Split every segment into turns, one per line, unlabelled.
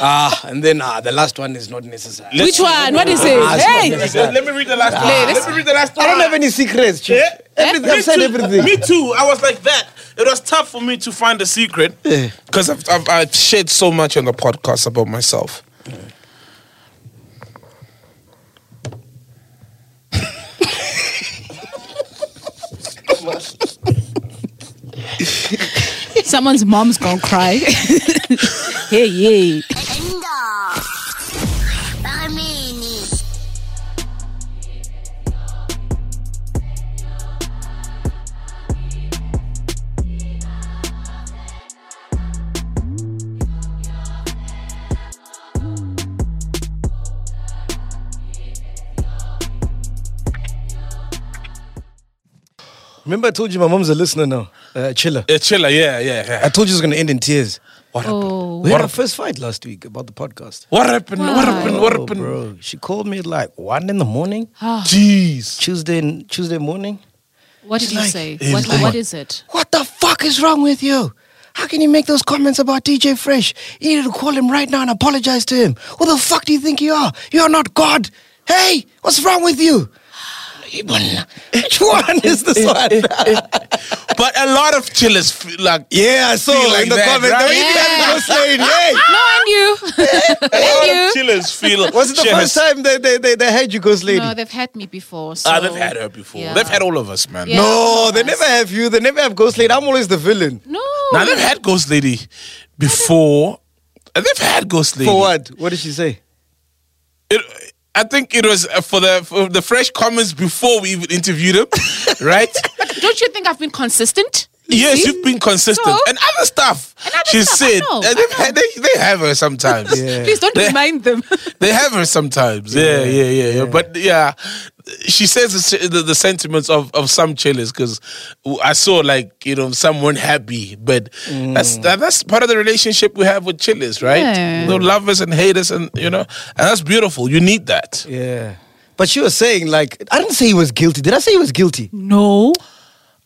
Ah, and then ah, the last one is not necessary.
Which one? What is it?
Ah, it's not
Hey!
necessary.
Let, let me read the last one.
Ladies.
Let me read the last one.
I don't have any secrets, Chief.
Yeah.
Everything, I've said
too.
everything.
Me too. I was like that. It was tough for me to find a secret because I've, I've, I've shared so much on the podcast about myself.
Someone's mom's gonna cry. hey, yay.
엔더 빠미니
Remember, I told you my mom's a listener now, uh, chiller.
Yeah, chiller. Yeah, yeah,
I
yeah.
told you it was going to end in tears. What
Oh.
happened? We had our first fight last week about the podcast.
What happened? What happened? What
Oh,
happened?
bro? She called me at like one in the morning,
Jeez.
Tuesday Tuesday morning.
What did you
like-
say?
it's
What,
like-
what is it?
What the fuck is wrong with you? How can you make those comments about DJ Fresh? You needed to call him right now and apologize to him. Who the fuck do you think you are? You are not God. Hey, what's wrong with you? Which one is this one?
But a lot of chillers feel like
yeah, I saw
Feel like
in the
that,
comment.
right?
The way
Yeah.
people was saying, hey.
No, and you.
a lot
you.
of chillers feel.
Was it the
she
first
has-
time they, they, they, they had you, Ghost Lady?
No, they've had me before. So.
Ah, they've had her before.
Yeah.
They've had all of us, man.
Yeah.
No, they never have you. They never have Ghost Lady. I'm always the villain.
No.
Now they've had Ghost Lady before. And They've had Ghost Lady
For what? What did she say?
It, I think it was uh, for the for the fresh comments before we even interviewed him, right?
Don't you think I've been consistent?
yes,
see?
you've been consistent
So?
and other stuff.
And other
she
stuff, I
said
know,
and
I
they've
know.
had- they, they have her sometimes.
Yeah.
Please don't
They-
remind them.
They have her sometimes. Yeah, yeah, yeah, yeah. But yeah, she says the, se- the, the sentiments of, of some chillers because I saw like you know some weren't happy, but
Mm.
that's that, that's part of the relationship we have with chillers, right?
Yeah.
You know, lovers and haters, and you know, and that's beautiful. You need that.
Yeah. But she was saying, like, I didn't say he was guilty. Did I say he was guilty?
no.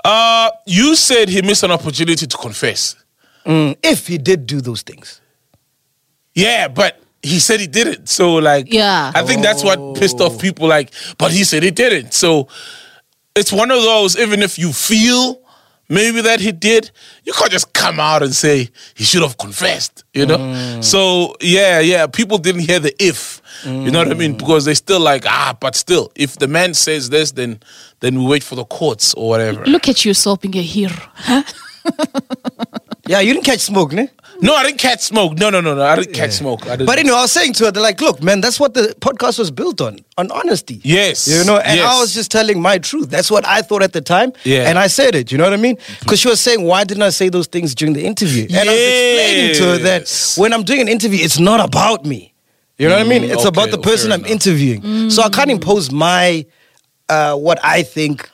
Uh, you said he missed an opportunity to confess.
Mm, If he did do those things.
Yeah, but he said he didn't. So like,
Yeah.
I think that's what pissed off people. Like, but he said he didn't. So it's one of those. Even if you feel maybe that he did, you can't just come out and say he should have confessed. You know. So yeah, yeah. People didn't hear the if. You know what I mean? Because they still like ah, but still, if the man says this, then then we wait for the courts or whatever.
Look at you soaping your hero. Huh?
Yeah, you didn't catch smoke, ne?
No, I didn't catch smoke. No, no, no, no. I didn't catch smoke. I didn't.
But anyway, I was saying to her, they're like, look, man, that's what the podcast was built on, on honesty.
Yes,
You know, and I
yes.
was just telling my truth. That's what I thought at the time.
Yeah. Mm-hmm.
And I said it, you know what I mean? Because she was saying, why didn't I say those things during the interview? And I was explaining to her that
Yes.
when I'm doing an interview, it's not about me. You know what I mean?
Mm,
It's
okay,
about the
fair
person I'm
enough.
interviewing. So I can't impose my, uh, what I think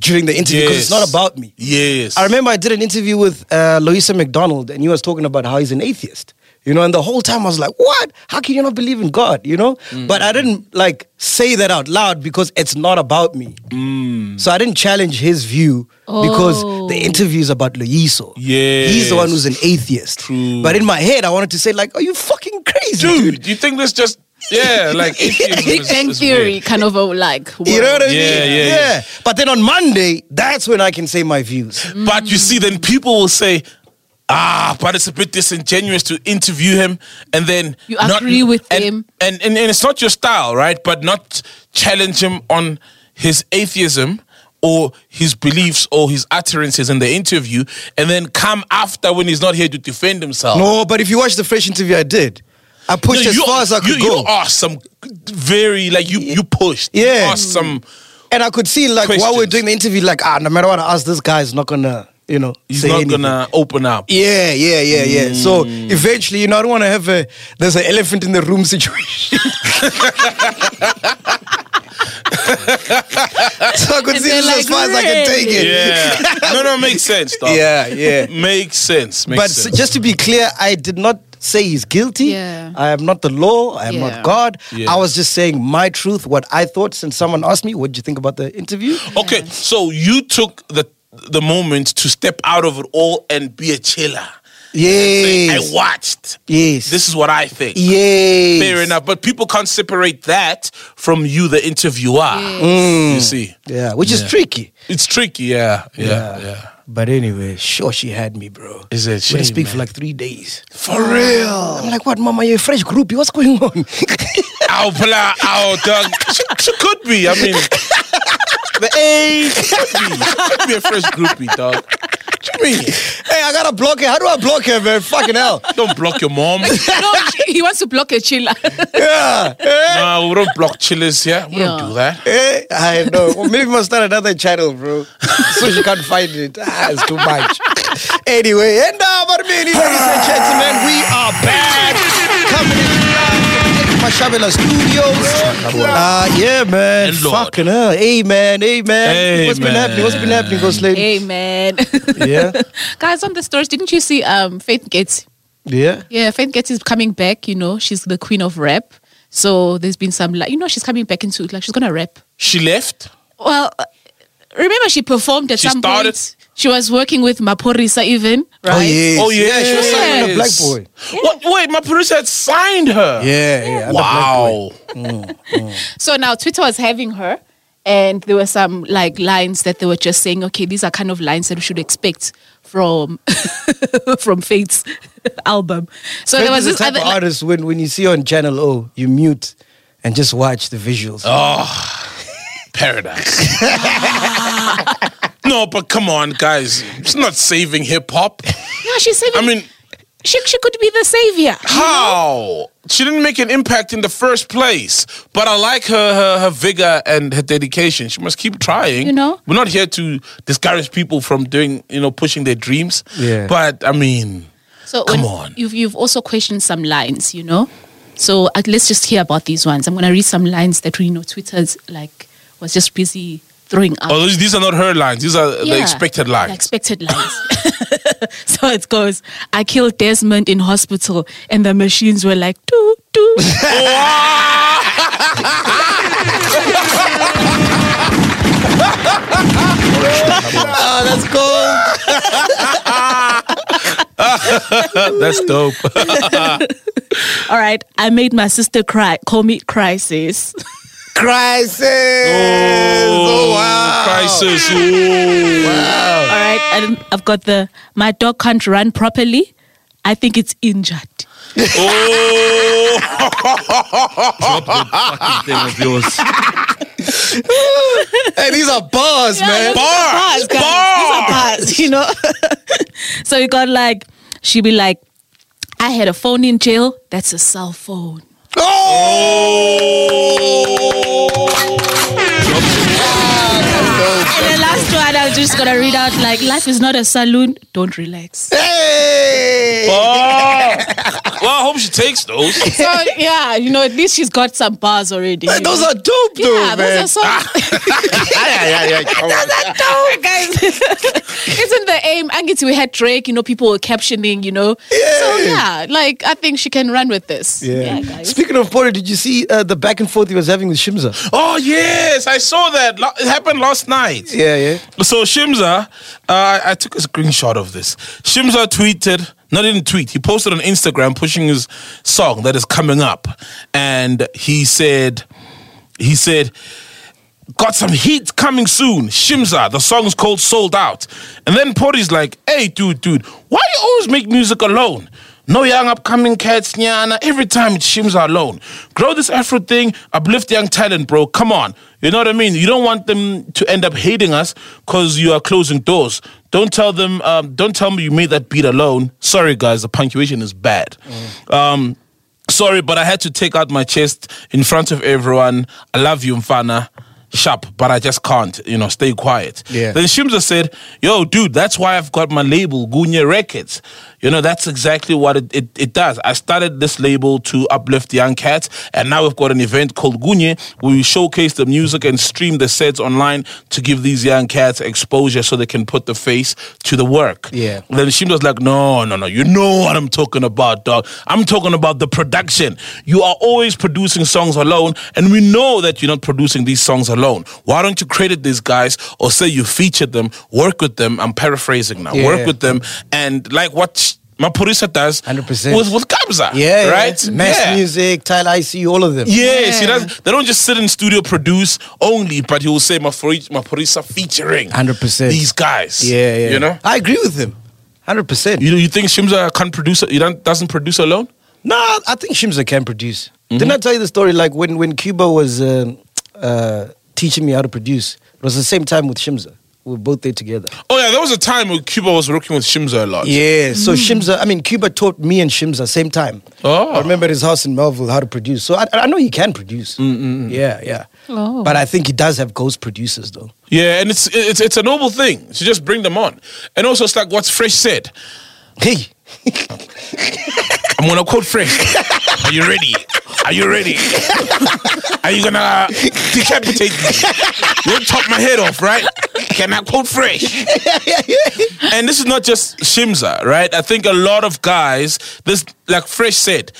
during the interview because it's not
Yes.
about me.
Yes.
I remember I did an interview with uh, Louisa McDonald, and he was talking about how he's an atheist. You know, and the whole time I was like, "What? How can you not believe in God?" You know,
Mm.
but I didn't like say that out loud because it's not about me.
Mm.
So I didn't challenge his view because
Oh.
the interview is about Loiso.
Yes.
he's the one who's an atheist.
True.
But in my head, I wanted to say like, "Are you fucking crazy, dude?"
dude, you think this just yeah, like
Big Bang Theory kind of a, like.
You know what I
Yeah,
mean?
yeah, yeah.
But then on Monday, that's when I can say my views.
Mm.
But you see, then people will say, ah, but it's a bit disingenuous to interview him and then
You agree with
and,
him.
and, and and it's not your style, right? But not challenge him on his atheism. Or his beliefs or his utterances in the interview, and then come after when he's not here to defend himself.
No, but if you watch the fresh interview I did, I pushed
No,
as far as I could
you,
go.
You asked some very like you you pushed. You
Yeah.
asked some.
and I could see like while we're
Questions.
doing the interview, like ah, no matter what I ask, this guy's not gonna, you know,
He's
say
not
anything.
gonna Hmm. open up.
Yeah, yeah, yeah, yeah. So eventually, you know, I don't want to have a there's an elephant in the room situation. so I could
And
see
they're
this as
like,
far as I can take it.
Yeah. no, no, makes sense. Dog.
Yeah, yeah.
Makes sense. Makes
but s-
sense.
just to be clear, I did not say he's guilty.
Yeah.
I am not the law. I am not
Yeah.
God.
Yeah.
I was just saying my truth, what I thought. Since someone asked me, what did you think about the interview?
okay, so you took the the moment to step out of it all and be a chiller. Say,
Yes.
I watched.
Yes.
This is what I think.
yes.
Fair enough. But people can't separate that from you, the interviewer.
Mm.
You see,
Yeah, which is tricky.
it's tricky. Yeah, yeah, yeah.
But anyway, sure, she had me, bro.
Is it?
We didn't
Shame,
speak for
man.
like three days.
For real.
I'm like, what, mama? You're a fresh groupie. What's going on?
Ow, blah, ow, dog. She, she could be. I mean, the age. Could be. She could be a fresh groupie, dog. What do you mean?
hey, I gotta block her. How do I block her, man? Fucking hell.
Don't block your mom.
no, he wants to block a chiller.
Yeah. Eh,
No, we don't block chillers here. We don't
Yeah.
do that.
eh, I know. Well, maybe we must start another channel, bro. So she can't find it. Ah, it's too much. anyway, and now, but ladies and gentlemen, we
Ah,
are back. Coming in live from Jacob Mashabela Studios. Uh, yeah, man.
And Lord.
Fucking hell. Amen. Amen. What's been
Amen.
happening? What's been happening, Ghost Lady?
Amen.
Yeah.
Guys, on the stories, didn't you see um Faith Gates?
Yeah.
Yeah, Faith Gates is coming back, you know, she's the queen of rap. So there's been some like you know, she's coming back into like she's gonna rap.
She left.
Well uh, remember she performed at
She
some
started-
point. She was working with Maporisa even,
Oh,
right?
yes.
Oh, yeah. She was
Yeah.
signed
The black boy.
What? Wait, my producer had signed her.
Yeah, yeah. under Black Boy.
Wow.
So now Twitter was having her, and there were some like lines that they were just saying, okay, these are kind of lines that we should expect from from Faith's album. So there was
Faith is
this
the type
other.
of artist when, when you see on Channel O, you mute and just watch the visuals.
Oh. Paradise. no, but come on, guys. It's not saving hip hop.
yeah, she's saving.
I mean,
she she could be the savior.
how? She didn't make an impact in the first place. But I like her, her her vigor and her dedication. She must keep trying.
You know?
We're not here to discourage people from doing, you know, pushing their dreams.
Yeah.
But I mean,
So
Come
when-
on.
you've you've also questioned some lines, you know. So uh, let's just hear about these ones. I'm gonna read some lines that you know Twitter's like was just busy throwing out.
oh, these, these are not her lines. These are the
Yeah,
expected
The
lines.
expected lines. so it goes, I killed Desmond in hospital and the machines were like, doo, doo.
Ah, that's cool.
That's dope.
All right, I made my sister cry. Call me crisis.
Crisis.
Oh,
Oh, wow.
Crisis. Ooh. Oh.
All right, and I've got the, my dog can't run properly. I think it's injured.
Oh.
Hey, these are bars, man.
those are Bars, bars, guys. bars.
These are bars, you know. so we got like, she'd be like, I had a phone in jail. That's a cell phone.
Oh.
And the last one, I'm just gonna read out like, life is not a saloon. Don't relax.
Hey.
Oh. Well, I hope she takes those.
So yeah, you know, at least she's got some bars already.
Hey,
you
those
know.
are dope, though,
yeah,
man.
those are some. no, guys. Isn't the aim? Angithi, we had Drake. You know, people were captioning. You know, so
Yeah.
yeah, like I think she can run with this.
yeah.
guys.
Speaking of Porter, did you see uh, the back and forth he was having with Shimza?
Oh yes, I saw that. Lo- It happened last night.
Yeah, yeah.
So Shimza, uh, I took a screenshot of this. Shimza tweeted, not in tweet, he posted on Instagram pushing his song that is coming up, and he said, he said. Got some heat coming soon. Shimza, the song's called Sold Out. And then Pori's like, hey, dude, dude, why you always make music alone? No young upcoming cats, nyana. Every time it's Shimza alone. Grow this Afro thing, uplift young talent, bro. Come on. You know what I mean? You don't want them to end up hating us because you are closing doors. Don't tell them, um, don't tell me you made that beat alone. Sorry, guys, the punctuation is bad. Um, Sorry, but I had to take out my chest in front of everyone. I love you, Mfana. Sharp, but I just can't, you know, stay quiet.
Yeah.
Then Shimza said, Yo, dude, that's why I've got my label, Gunya Records. You know, that's exactly what it, it, it does. I started this label to uplift young cats, and now we've got an event called Gunya where we showcase the music and stream the sets online to give these young cats exposure so they can put the face to the work.
Yeah.
Then she was like, no, no, no. You know what I'm talking about, dog. I'm talking about the production. You are always producing songs alone, and we know that you're not producing these songs alone. Why don't you credit these guys or say you featured them, work with them? I'm paraphrasing now.
Yeah.
Work with them. And like what sh- Maphorisa does
100%.
with with Kabza.
Yeah,
right.
Mass
Yeah.
music, Tyler IC, all of them.
Yes, he
Yeah.
does. They don't just sit in studio produce only, but he will say Mafori- Maphorisa featuring
100%.
these guys.
yeah, yeah.
You know,
I agree with him, hundred percent.
you you think Shimza can't produce? He don't, doesn't produce alone.
Nah, I think Shimza can produce.
Mm-hmm.
Didn't I tell you the story? Like when when Cuba was um uh, teaching me how to produce, it was the same time with Shimza. We were both there together.
Oh yeah, there was a time when Cuba was working with Shimza a lot.
Yeah. So Shimza, I mean, Cuba taught me and Shimza same time.
Oh.
I remember at his house in Melville how to produce. So I, I know he can produce.
Mm,
Yeah, yeah.
Oh.
But I think he does have ghost producers though.
Yeah, and it's it's it's a noble thing to just bring them on, and also it's like what's Fresh said.
Hey,
I'm gonna quote Fresh. Are you ready? Are you ready? Are you gonna decapitate me? You'll chop my head off, right? Can I quote Fresh? and this is not just Shimza, right? I think a lot of guys, this like Fresh said,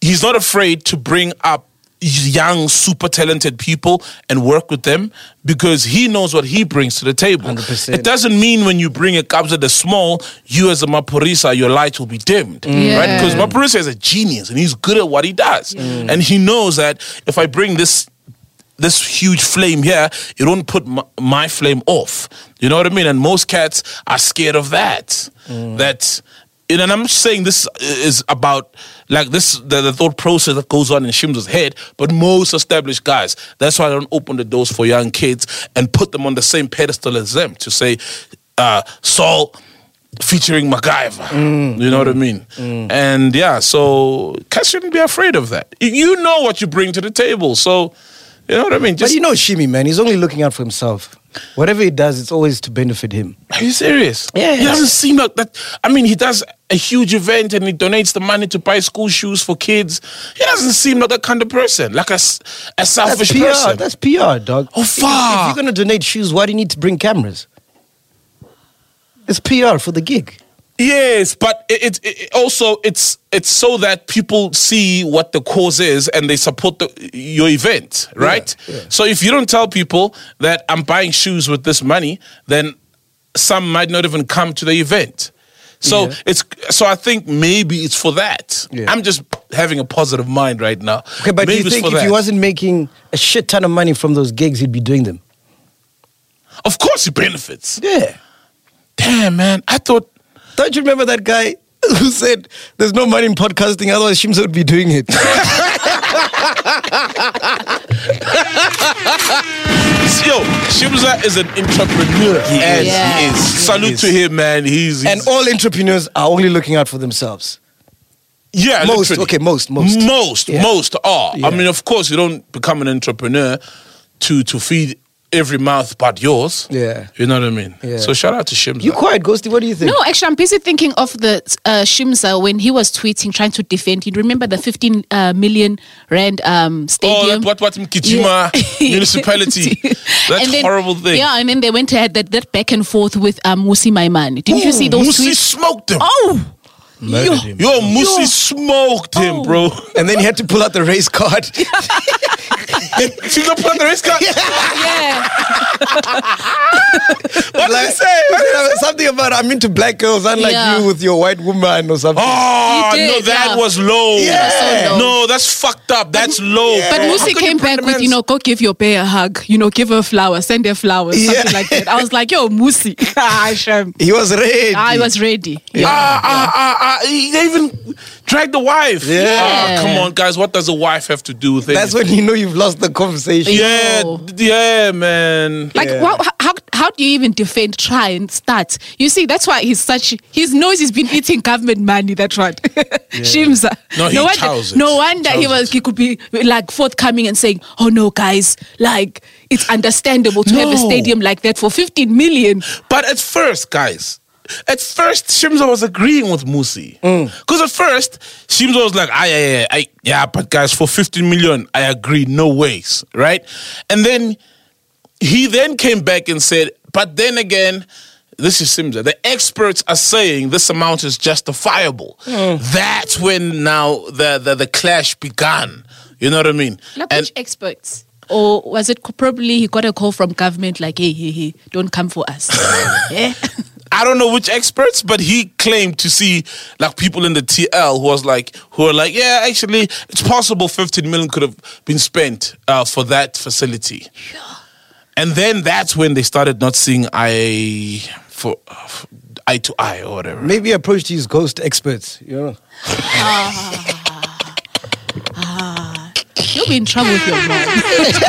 he's not afraid to bring up young, super talented people and work with them because he knows what he brings to the table.
100%.
It doesn't mean when you bring a Kabza the small, you as a Mapurisa, your light will be dimmed, right?
Yeah.
Because Mapurisa is a genius and he's good at what he does, and he knows that if I bring this this huge flame here, it won't put my, my flame off. You know what I mean? And most cats are scared of that. That, you know, and I'm not saying this is about like this the, the thought process that goes on in Shimza's head, but most established guys. That's why I don't open the doors for young kids and put them on the same pedestal as them to say, uh, Saul featuring MacGyver.
Mm.
you know what I mean? And yeah, so cats shouldn't be afraid of that. You- You know what you bring to the table, so. You know what I mean?
but
Just
you know Shimi, man, he's only looking out for himself. Whatever he does, it's always to benefit him.
Are you serious?
Yes.
He doesn't seem like that. I mean, he does a huge event and he donates the money to buy school shoes for kids. He doesn't seem like that kind of person, like a, s- a selfish
That's PR.
person.
That's PR, dog.
Oh,
If- If,
fuck.
you're gonna donate shoes, why do you need to bring cameras? It's PR for the gig.
yes, but it, it, it also it's it's so that people see what the cause is and they support the, your event, right?
yeah.
So if you don't tell people that I'm buying shoes with this money, then some might not even come to the event. So
Yeah.
it's so I think maybe it's for that.
Yeah.
I'm just having a positive mind right now.
Okay, but
maybe
do you
it's
think
for
if
that.
he wasn't making a shit ton of money from those gigs, he'd be doing them?
of course he benefits.
Yeah.
Damn man, I thought
Don't you remember that guy who said there's no money in podcasting, otherwise Shimza would be doing it?
yo Shimza is an entrepreneur,
He
and he
is. Yeah.
is.
He
Salute
is.
to him, man. He's, he's
and all entrepreneurs are only looking out for themselves.
Yeah,
Most,
literally.
okay, most, most.
most,
Yeah.
most are.
Yeah.
I mean, of course, you don't become an entrepreneur to to feed every mouth but yours.
Yeah.
you know what I mean.
Yeah.
So shout out to Shimza.
You quiet, Ghosty. What do you think?
No, actually, I'm busy thinking of the uh, Shimza when he was tweeting, trying to defend. You remember the 15 uh, million rand um,
Oh, that,
stadium?
what what Kijima
Yeah.
municipality? That
And then-
horrible thing.
Yeah, and then they went ahead that, that back and forth with um, Musi Maimani. Didn't you see those
Musi
tweets?
smoked him.
Oh,
Murdered
yo,
him.
Yo, Musi smoked him,
Oh.
bro.
And then he had to pull out the race card.
She's not playing the race card.
yeah.
What did
Like,
he say? What did he say?
something about I'm into black girls, unlike
Yeah.
you with your white woman or something.
Oh
He
no,
did,
that
yeah.
was low.
Yeah. So low.
No, that's fucked up. That's low.
But
bro. How
Musi
could
came
you bring
back
the
with, you
man's-
know, go give your bear a hug, you know, give her flowers, send her flowers,
Yeah.
something like that. I was like, yo, Musi. Ah, shame.
He was red.
I was ready. Yeah.
Ah, ah, ah, ah, he- they even dragged the wife.
Yeah.
Ah, come on, guys. What does a wife have to do with it?
That's when you know you've lost the conversation.
Yeah,
Yo.
d- yeah, man.
Like,
Yeah.
wha- how, how do you even defend, try and start? You see, that's why he's such, his nose has been eating government money, that's right. Shimza.
No, he chows it.
wonder, no wonder he
Chows
was, he could be like forthcoming and saying, oh no, guys, like, it's understandable to have a
No.
stadium like that for 15 million.
But at first, guys, at first, Shimza was agreeing with Musi. Because at first, Shimza was like, ah, yeah, yeah, I, yeah, but guys, for 15 million, I agree, no ways, right? And then he then came back and said, but then again, this is Simza. The experts are saying this amount is justifiable. That's when now the, the, the clash began. You know what I mean?
Not
And-
which experts. Or was it co- probably he got a call from government like, hey, hey, hey, don't come for us? yeah.
I don't know which experts, but he claimed to see like people in the TL who was like who were like, yeah, actually, it's possible 15 million could have been spent uh, for that facility. And then that's when they started not seeing eye for uh, eye to eye or whatever.
Maybe approach these ghost experts. You know,
You'll be in trouble with your mom.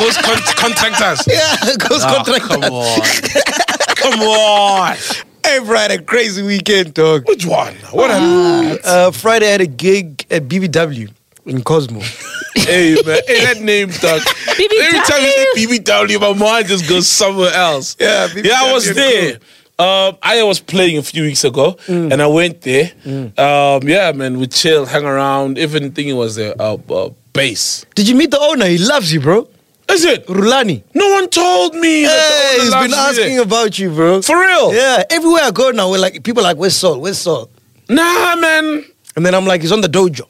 Those con- contact us.
yeah, ghost
Ah,
contractor.
come on. come on.
Hey, bro, I had a crazy weekend, dog.
Which one? What a
Uh, Friday I had a gig at BBW in Cosmo.
Hey man, hey that name dog. Every time you say BBW, my mind just goes somewhere else.
Yeah,
yeah, I
BBW,
was there. Um, I was playing a few weeks ago, and I went there. Um, yeah, man, we chilled, hang around. Even thinking it was a uh, uh, base.
Did you meet the owner? He loves you, bro.
Is it?
Rulani.
No one told me. that
Hey,
the
he's
owner
been
loves me.
asking about you, bro.
for real.
Yeah, everywhere I go now, we're like people are like, "Where's Saul? Where's Saul?"
Nah, man.
And then I'm like, "He's on the dojo."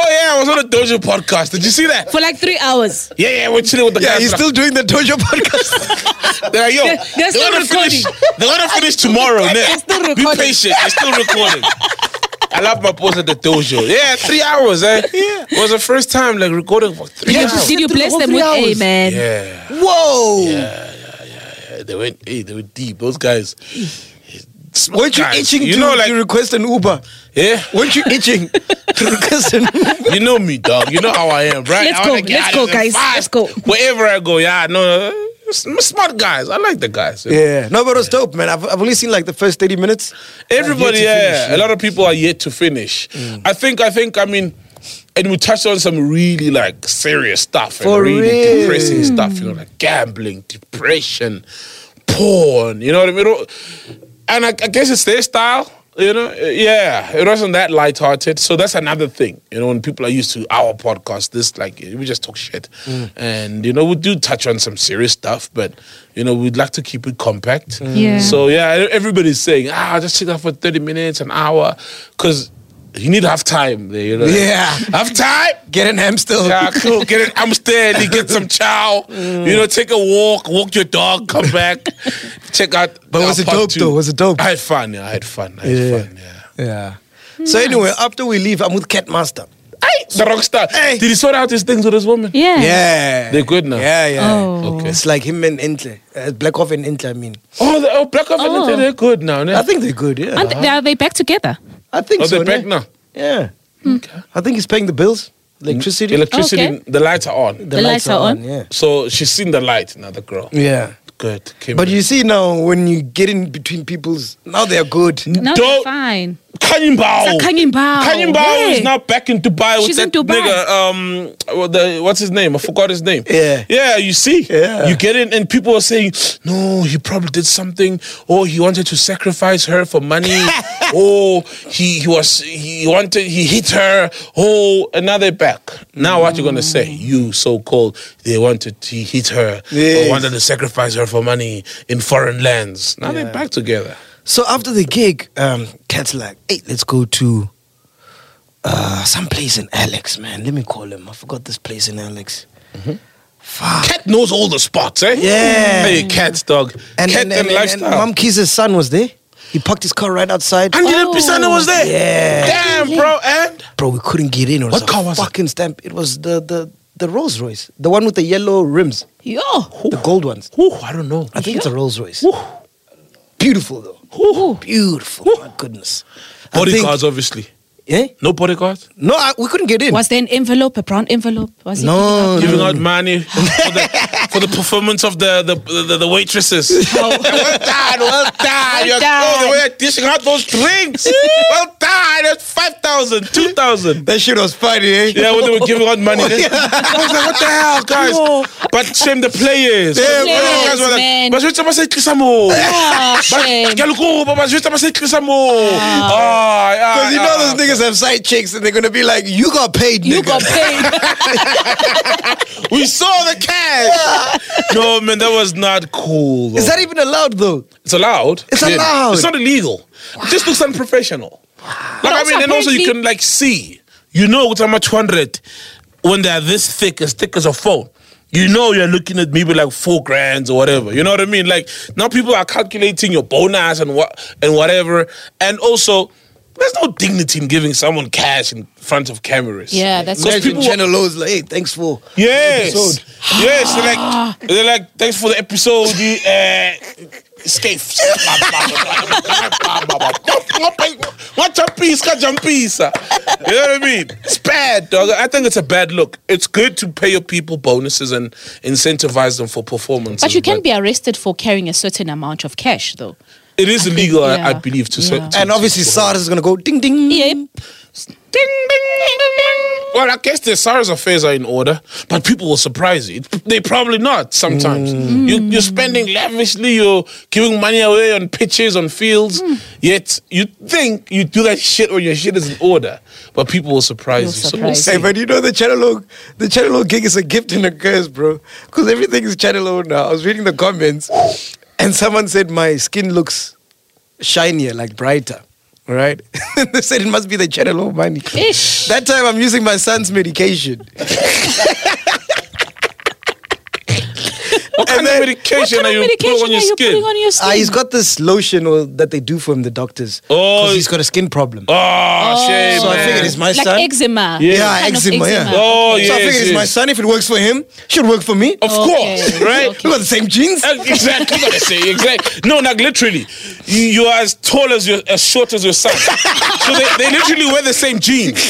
Oh yeah, I was on a Dojo podcast. Did you see that?
For like three hours.
Yeah, yeah, we're chilling with the guys.
doing the dojo podcast.
They're like, yo,
They're- they're
they
still
wanna finish. They want to finish tomorrow. They're
still
Be
recording.
patient. They're still recording. I love my post at the dojo. Yeah, three hours. Eh? Yeah, it was the first time like recording for three
Did you,
hours.
did you bless them with
Three
a
hours.
man?
Yeah,
Whoa!
yeah, they went. Hey, they were deep. Those guys.
Weren't you
Guys,
itching
you
to,
know, like-
to request an Uber?
Yeah,
Weren't you itching to request an Uber?
you know me, dog. You know how I am, right?
Let's
I
go,
wanna get
let's
out
go,
of there
guys.
fast.
Let's go.
Wherever I go, yeah, no, uh, smart guys. I like the guys.
Yeah, no, but it was dope, man. I've, I've only seen like the first 30 minutes.
Everybody,
Yet to
yeah,
finish, yeah. Mm.
a lot of people are yet to finish. I think, I think, I mean, and we touched on some really like serious stuff and
For
really
real.
depressing stuff, you know, like gambling, depression, porn, you know what I mean? And I, I guess it's their style, you know? Yeah, it wasn't that lighthearted. So that's another thing, you know, when people are used to our podcast, this, like, we just talk shit.
Mm.
And, you know, we do touch on some serious stuff, but, you know, we'd like to keep it compact.
Yeah.
So so yeah, e-, everybody's saying, ah, just sit down for 30 minutes, an hour, because you need to have time there, you know?
Yeah.
Have time.
Get an ham still.
Yeah, cool. Get an Amstel, you get some chow, you know, take a walk, walk your dog, come back, check out.
But was it
part
dope,
two.
though? Was it dope?
I had fun, yeah, I had fun, I had
Yeah.
fun, yeah.
Yeah. So anyway, after we leave, I'm with Cat Master.
Hey, the rock star.
Hey.
Did he sort out his things with his woman?
Yeah.
Yeah.
They're good now.
Yeah, yeah.
Oh.
Okay.
It's like him and Intle. Uh, Black Off and Intle, I mean.
Oh, the, oh Black Ops,
Oh.
they're good now. Yeah.
I think they're good, yeah.
Aren't they, are they back together?
I think
Oh,
so.
they're back
ne?
now.
Yeah.
Hmm.
I think he's paying the bills, electricity.
Electricity,
Okay.
the lights are on.
The lights are on.
Yeah.
So she's seen the light now, the girl.
Yeah.
Good. Came
But
back.
you see now, when you get in between people's, now they are good.
No, they're
Don't-
fine.
Kanye Bao.
It's like Kanye Bao.
Kanye Bao
Hey.
is now back in Dubai with
She's in
that
Dubai.
nigga. Um, well, the, what's his name? I forgot his name.
Yeah.
Yeah, you see.
Yeah.
You get in, and people are saying, no, he probably did something, or he wanted to sacrifice her for money, or he, he was he wanted he hit her. Oh, and now they're back. Now what you gonna say?
Mm.
You so called they wanted he hit her
Yes.
or wanted to sacrifice her for money in foreign lands. Now
Yeah.
they're back together.
So after the gig, um, Cat's like, hey, let's go to uh, some place in Alex, man. Let me call him. I forgot this place in Alex.
Mm-hmm.
Fuck.
Cat knows all the spots, eh?
Yeah.
Hey, cats, dog.
and,
Cat
and, and,
and,
and, and
lifestyle.
Mom Keys' son was there. He parked his car right outside.
Andy
Oh.
Pisano was there.
Yeah.
Damn, bro. And
Bro, we couldn't get in. It was
What
a
car was it?
fucking stamp. It was the, the, the Rolls Royce, the one with the yellow rims,
Yo.
the gold ones.
Ooh, I don't know.
I think it's a Rolls Royce.
Ooh.
Beautiful though. Beautiful. My goodness. I think-
Bodyguards, obviously.
Eh?
No bodyguards.
No, I, we couldn't get in.
Was there an envelope, a brown envelope? Was he
No,
Giving
no.
out money for the, for the performance of the the, the, the waitresses. well done, well done. You're
done.
all the way dishing out those drinks. well done. That's 5,000, 2,000.
That shit was funny, eh?
Yeah, when they were giving out money. then- I was like, what the hell, guys?
No.
But shame the players.
Yeah,
But the
bro.
guys were
Man.
like, "Bazwetsa ba sa itlisa moo."
Ah, shame.
Ba- Dialogoba, bazwetsa ba sa itlisa moo. Ah, yeah,
Because you know
yeah.
those niggas have side chicks and they're gonna be like, you got paid, nigga.
You got paid.
We saw the cash. no, man, that was not cool.
Is
though.
that even allowed though?
It's allowed.
It's allowed.
It's not illegal. It just looks unprofessional. Like I
also
mean, and also you can
apparently-
like see. You know, what I'm at 200 when they are this thick, as thick as a phone. you know you're looking at maybe like four grands or whatever. You know what I mean? Like now people are calculating your bonus and what and whatever. And also, there's no dignity in giving someone cash in front of cameras.
Yeah, that's
Because
true.
Imagine
people
Channel O's like, hey, thanks for
Yes.
episode.
Yes. They're like, they're like, thanks for the episode. You, uh, Skiff. What a piece, ka jumpisa. You know what I mean? It's bad, dog. I think it's a bad look. It's good to pay your people bonuses and incentivize them for performance.
But you can be arrested for carrying a certain amount of cash, though.
It is
think,
illegal, I, I
yeah,
believe, to,
yeah.
yeah.
And obviously SARS is gonna go ding
Mm.
ding.
Ding, ding, ding, ding, ding. Well, I guess the SARS affairs are in order, but people will surprise you. They probably not sometimes.
Mm.
You, you're spending lavishly, you're giving money away on pitches, on fields,
Mm.
yet you think you do that shit when your shit is in order, but people will surprise
You'll
you. So we'll
surprise
see.
Hey, but you know the Channel O, the Channel O gig is a gift and a curse, bro. Because everything is Channel O now. I was reading the comments, and someone said my skin looks shinier, like brighter. Right? they said it must be the Channel O money.
Ish.
That time I'm using my son's medication.
What kind
then-
of medication
what kind
are you
of medication
putting on your
are you
skin?
putting on your skin?
Ah, he's got this lotion or, that they do for him, the doctors.
Oh,
because he's
he-
got a skin problem.
oh, shame.
so I figured
man.
it's my
like
son.
eczema.
Yeah.
Yeah,
Kind of
eczema, yeah.
Oh,
so I
yes,
figured it's my
yes.
son. If it works for him, should work for me.
Oh,
Of
Okay,
course, right?
We got the same genes.
Uh, Exactly what I say. Exactly. No, like literally, you, you are as tall as your as short as your son. so they, they literally wear the same jeans.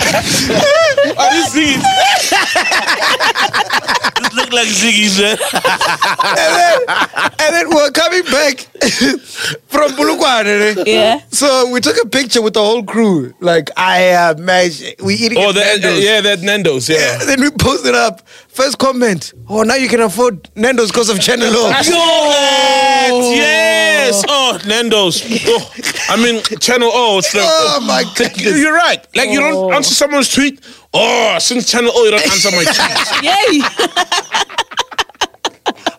Are these Ziggy's? This look like Ziggy's, man.
And then we're coming back from Bulukwane. eh?
Yeah.
So we took a picture with the whole crew. Like I uh, magic. We eating.
Oh,
Oh,
the, uh, yeah, that Nando's, yeah.
Then we posted up. First comment. Oh, now you can afford Nando's because of Channel O.
I saw that, Yes. Oh, Nando's. Oh, I mean, Channel O. It's like,
Oh, my
You-
goodness.
You're right. Like you don't answer someone's tweet. Oh, since Channel O, you don't answer my tweets.
Yay.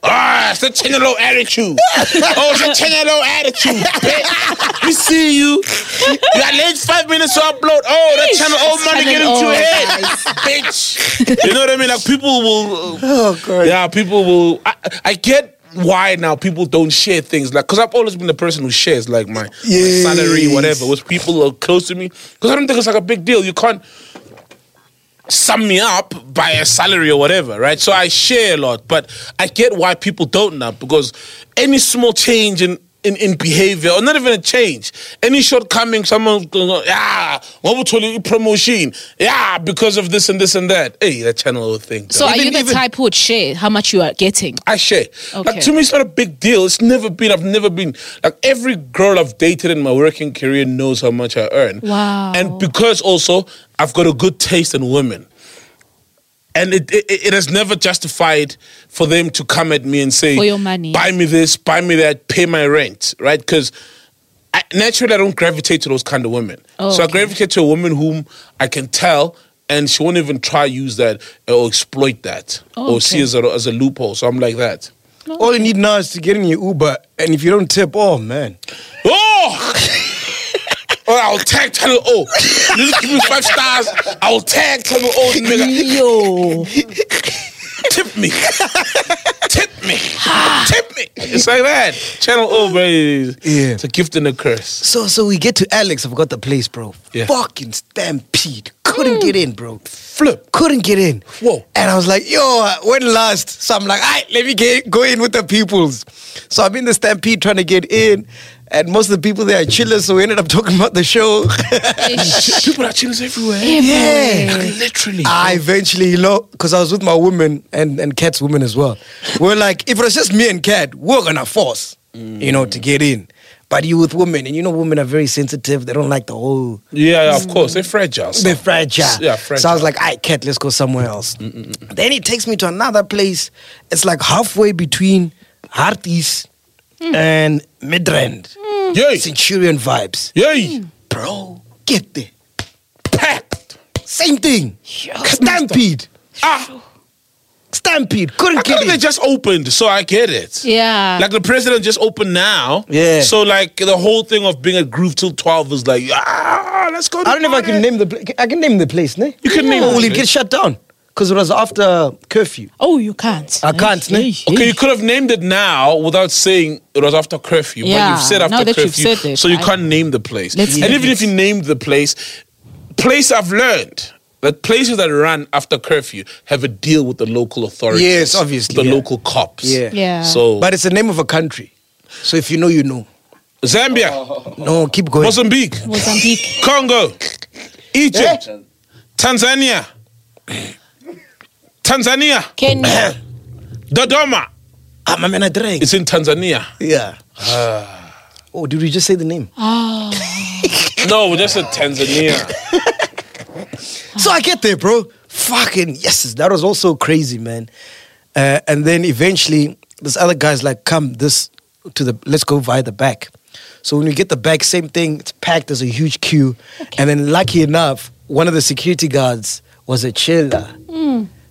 Ah, it's the Channel O attitude. Oh, it's the Channel O attitude. bitch. we see you. You are late five minutes to upload. Oh, that Channel O money
Channel
get into
O,
your head, bitch. You know what I mean? Like people will. uh,
Oh god.
yeah, people will. I, I get why now people don't share things like because I've always been the person who shares like my, my
Yes.
salary, whatever, with people who are close to me because I don't think it's like a big deal. You can't sum me up by a salary or whatever, right? So I share a lot, but I get why people don't now because any small change in. In, in behavior, or not even a change, any shortcoming, someone's going, on, yeah, what we told you, promotion, yeah, because of this and this and that. Hey, that channel thing.
So are
Even-
you the
even-
type who would share how much you are getting?
I share. Like
Okay.
to me, it's not a big deal. It's never been. I've never been. Like every girl I've dated in my working career knows how much I earn.
Wow.
And because also I've got a good taste in women, and it it, it has never justified for them to come at me and say,
For your money.
buy me this, buy me that, pay my rent, right?" Because I, naturally, I don't gravitate to those kind of women.
Oh,
so I
okay.
gravitate to a woman whom I can tell, and she won't even try use that or exploit that
Oh,
or see
okay.
as a, as a loophole. So I'm like that.
All you need now is to get in your Uber, and if you don't tip, oh man.
Oh! Or I'll tag Channel O. You just give me five stars. I'll tag Channel O, nigga.
Yo.
Tip me. Tip me. Tip me. It's like that. Channel O, baby.
Yeah.
It's a gift and a curse.
So so we get to Alex. I forgot the place, bro.
Yeah.
Fucking stampede. Couldn't get in, bro.
Flip.
Couldn't get in.
Whoa.
And I was like, yo, when last? So I'm like, all right, let me get go in with the peoples. So I'm in the stampede trying to get in. And most of the people there are chillers, so we ended up talking about the show.
People are chillers everywhere.
yeah.
Literally.
I eventually, you know, because I was with my woman and, and Kat's woman as well. We're like, if it was just me and Kat, we're going to force, you know, to get in. But you with women, and you know, women are very sensitive. They don't like the whole
yeah, yeah, of course. They're fragile.
They're fragile.
Yeah, Mm,
So I was
fragile.
like, all right, cat, let's go somewhere else. Then he takes me to another place. It's like halfway between Hartis
Hmm.
and Midrand.
Yay.
Centurion vibes.
Yay.
Bro, get there.
Packed.
Same thing. Stampede.
Ah.
Stampede. Couldn't
I
kill
thought they
it.
just opened, so I get it.
Yeah.
Like the president just opened now.
Yeah.
So like the whole thing of being at Groove till twelve is like ah, let's go. to
I don't know if I can
party.
name the. Pla- I can name the place, ne?
You can name
Or
the
will it
place.
get shut down? Because it was after curfew.
oh, you can't.
I can't, ne?
Okay, you could have named it now without saying it was after curfew, but
Yeah,
you've said after
now that
curfew,
you've said it,
so you
I-
can't name the place.
Let's
and
name
even
it.
if you named the place, place I've learned that places that run after curfew have a deal with the local authorities.
Yes, obviously,
the
yeah.
local cops.
Yeah.
Yeah.
So
But it's the name of a country. So if you know, you know.
Zambia,
Oh, No, keep going. Eh?
Mozambique,
Mozambique.
Congo, Egypt, Tanzania, Tanzania,
Kenya.
Dodoma.
Ah, my man, I drank.
It's in Tanzania.
Yeah. oh, did we just say the name?
No, we just said Tanzania.
So I get there, bro. Fucking yes, that was also crazy, man. Uh, and then eventually, this other guy's like, "Come, this to the let's go via the back." So when we get the back, same thing. It's packed. There's a huge queue, and then lucky enough, one of the security guards was a chiller.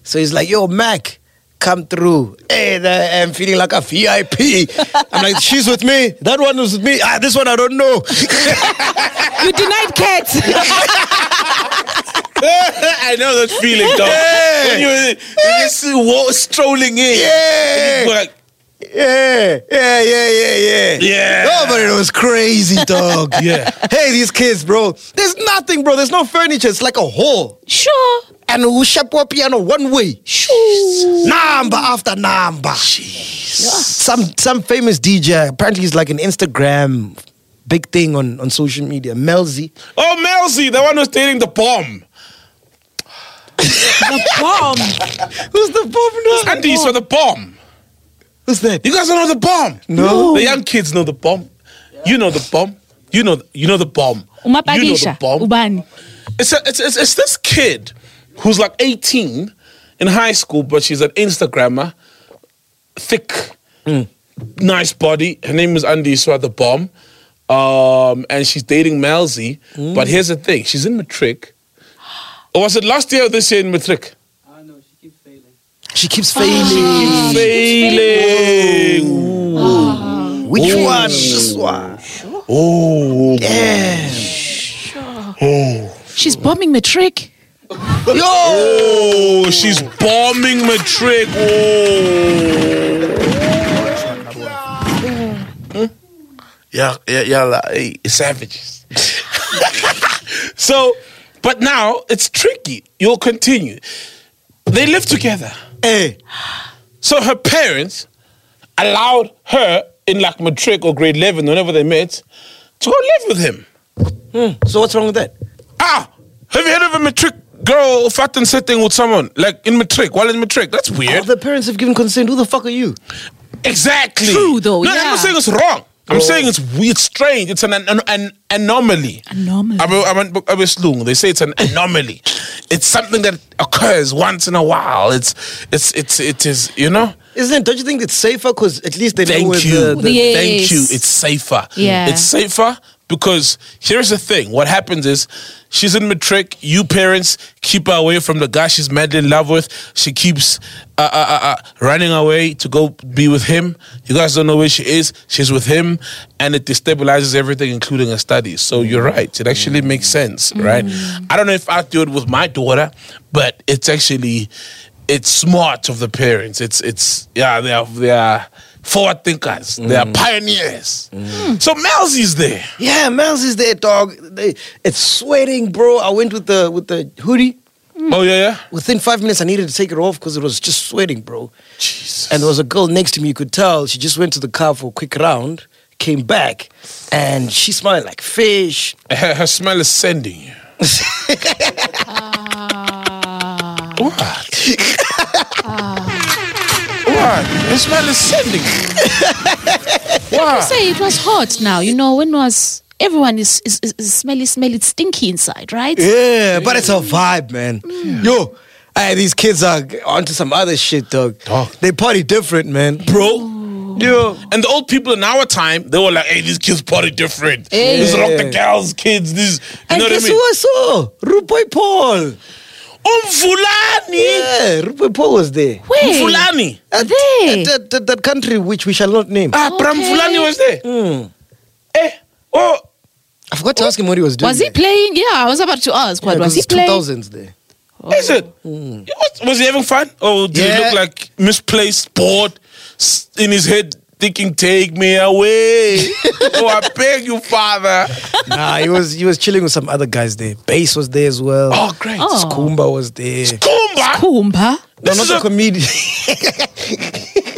So he's like, "Yo, Mac." Come through. Hey, there, I'm feeling like a VIP. I'm like, she's with me. That one was with me. Ah, this one I don't know.
you denied Cat.
I know that feeling, dog.
Yeah.
When you're, you're just wa- strolling in.
Yeah.
You're like,
Yeah, yeah, yeah, yeah, yeah.
Yeah.
No, but it was crazy, dog.
Yeah.
Hey, these kids, bro. There's nothing, bro. There's no furniture. It's like a hall.
sure.
And we shape our piano one way.
Sure.
Number after number. Some some famous DJ. Apparently he's like an Instagram big thing on, on social media. Melzi.
oh, Melzi, the one who's dating the bomb.
The bomb.
Who's the bomb now?
Andy's for the bomb.
Who's that?
You guys don't know the bomb.
No.
The young kids know the bomb. You know the bomb. You know you know the bomb. You know the
Umapadisha.
bomb.
Ubani.
It's, a, it's, it's, it's this kid who's like 18 in high school, but she's an Instagrammer, thick, nice body. Her name is Andy Iswa the Bomb. Um, and she's dating Melzi. But here's the thing she's in Matric. Or was it last year or this year in Matric?
I know she keeps failing.
She keeps failing.
Ah. Failing.
Which one? This one.
Oh.
Yeah.
She's bombing Matric.
Yo!
Oh, she's bombing Matric. Oh. Yeah, yeah, yeah, like, eh, savages. so, but now it's tricky. You'll continue. They live together.
Hey.
So her parents allowed her in like Matric or grade 11, whenever they met, to go live with him.
So what's wrong with that?
Ah, have you heard of a matric girl fat and sitting with someone like in matric while in matric? That's
If
weird.
the parents have given consent, who the fuck are you?
exactly.
True, though,
No, I'm
yeah.
not saying it's wrong. I'm saying it's weird, strange. It's an an, an, an anomaly.
Anomaly.
I'm a- I'm a- I'm a slung. They say it's an anomaly. It's something that occurs once in a while. It's it's it's it is you know.
Isn't it? Don't you think it's safer? Because at least they know where
Thank you.
uh, the, the
Yeah.
Thank
Yes.
you. It's safer.
Yeah.
It's safer because here's the thing. What happens is she's in matric. You parents keep her away from the guy she's madly in love with. She keeps uh, uh, uh, uh, running away to go be with him. You guys don't know where she is. She's with him, and it destabilizes everything, including her studies. So you're right. It actually makes sense, right?
Mm.
I don't know if I do it with my daughter, but it's actually. It's smart of the parents. It's it's yeah they are they are forward thinkers. They are pioneers. So Melzi's there.
Yeah, Miles is there, dog. They, it's sweating, bro. I went with the with the hoodie.
Oh yeah, yeah.
Within five minutes, I needed to take it off because it was just sweating, bro.
Jesus.
And there was a girl next to me. You could tell she just went to the car for a quick round, came back, and she smiled like fish.
her, her smell is sending you.
Ah.
What? what? Her smell is sending you. what?
say it was hot now. You know, when was everyone is, is, is- is smelly, smelly, it's stinky inside, right?
Yeah, but it's a vibe, man. Yo, hey, these kids are onto some other shit, dog.
Dog.
They party different, man,
Bro.
Yo.
And the old people in our time, they were like, hey, these kids party different.
Hey.
These rock
Yeah.
the gals, kids, these. You
And
know what I
guess
mean?
who I saw? Ruboy Paul.
Umvulani.
Yeah, Rupert Paul was there.
Wait.
Umvulani.
At,
There.
at that, that, that country which we shall not name.
Ah, Bram
Okay.
Fulani was there.
Hmm.
Eh, oh,
I forgot to ask him what he was doing.
Was he
there.
playing? Yeah, I was about to ask. What
Yeah,
was
'cause
he
it's
playing?
2000s there.
is it? He Was, was he having fun? Or did
Yeah.
he look like misplaced, bored, s- in his head thinking, take me away? oh, I beg you, Father.
nah, he was he was chilling with some other guys there. Bass was there as well.
Oh, great.
Oh.
Skumba was there.
Kumba!
Kumba.
No,
This
not
is
the
a-
comedian.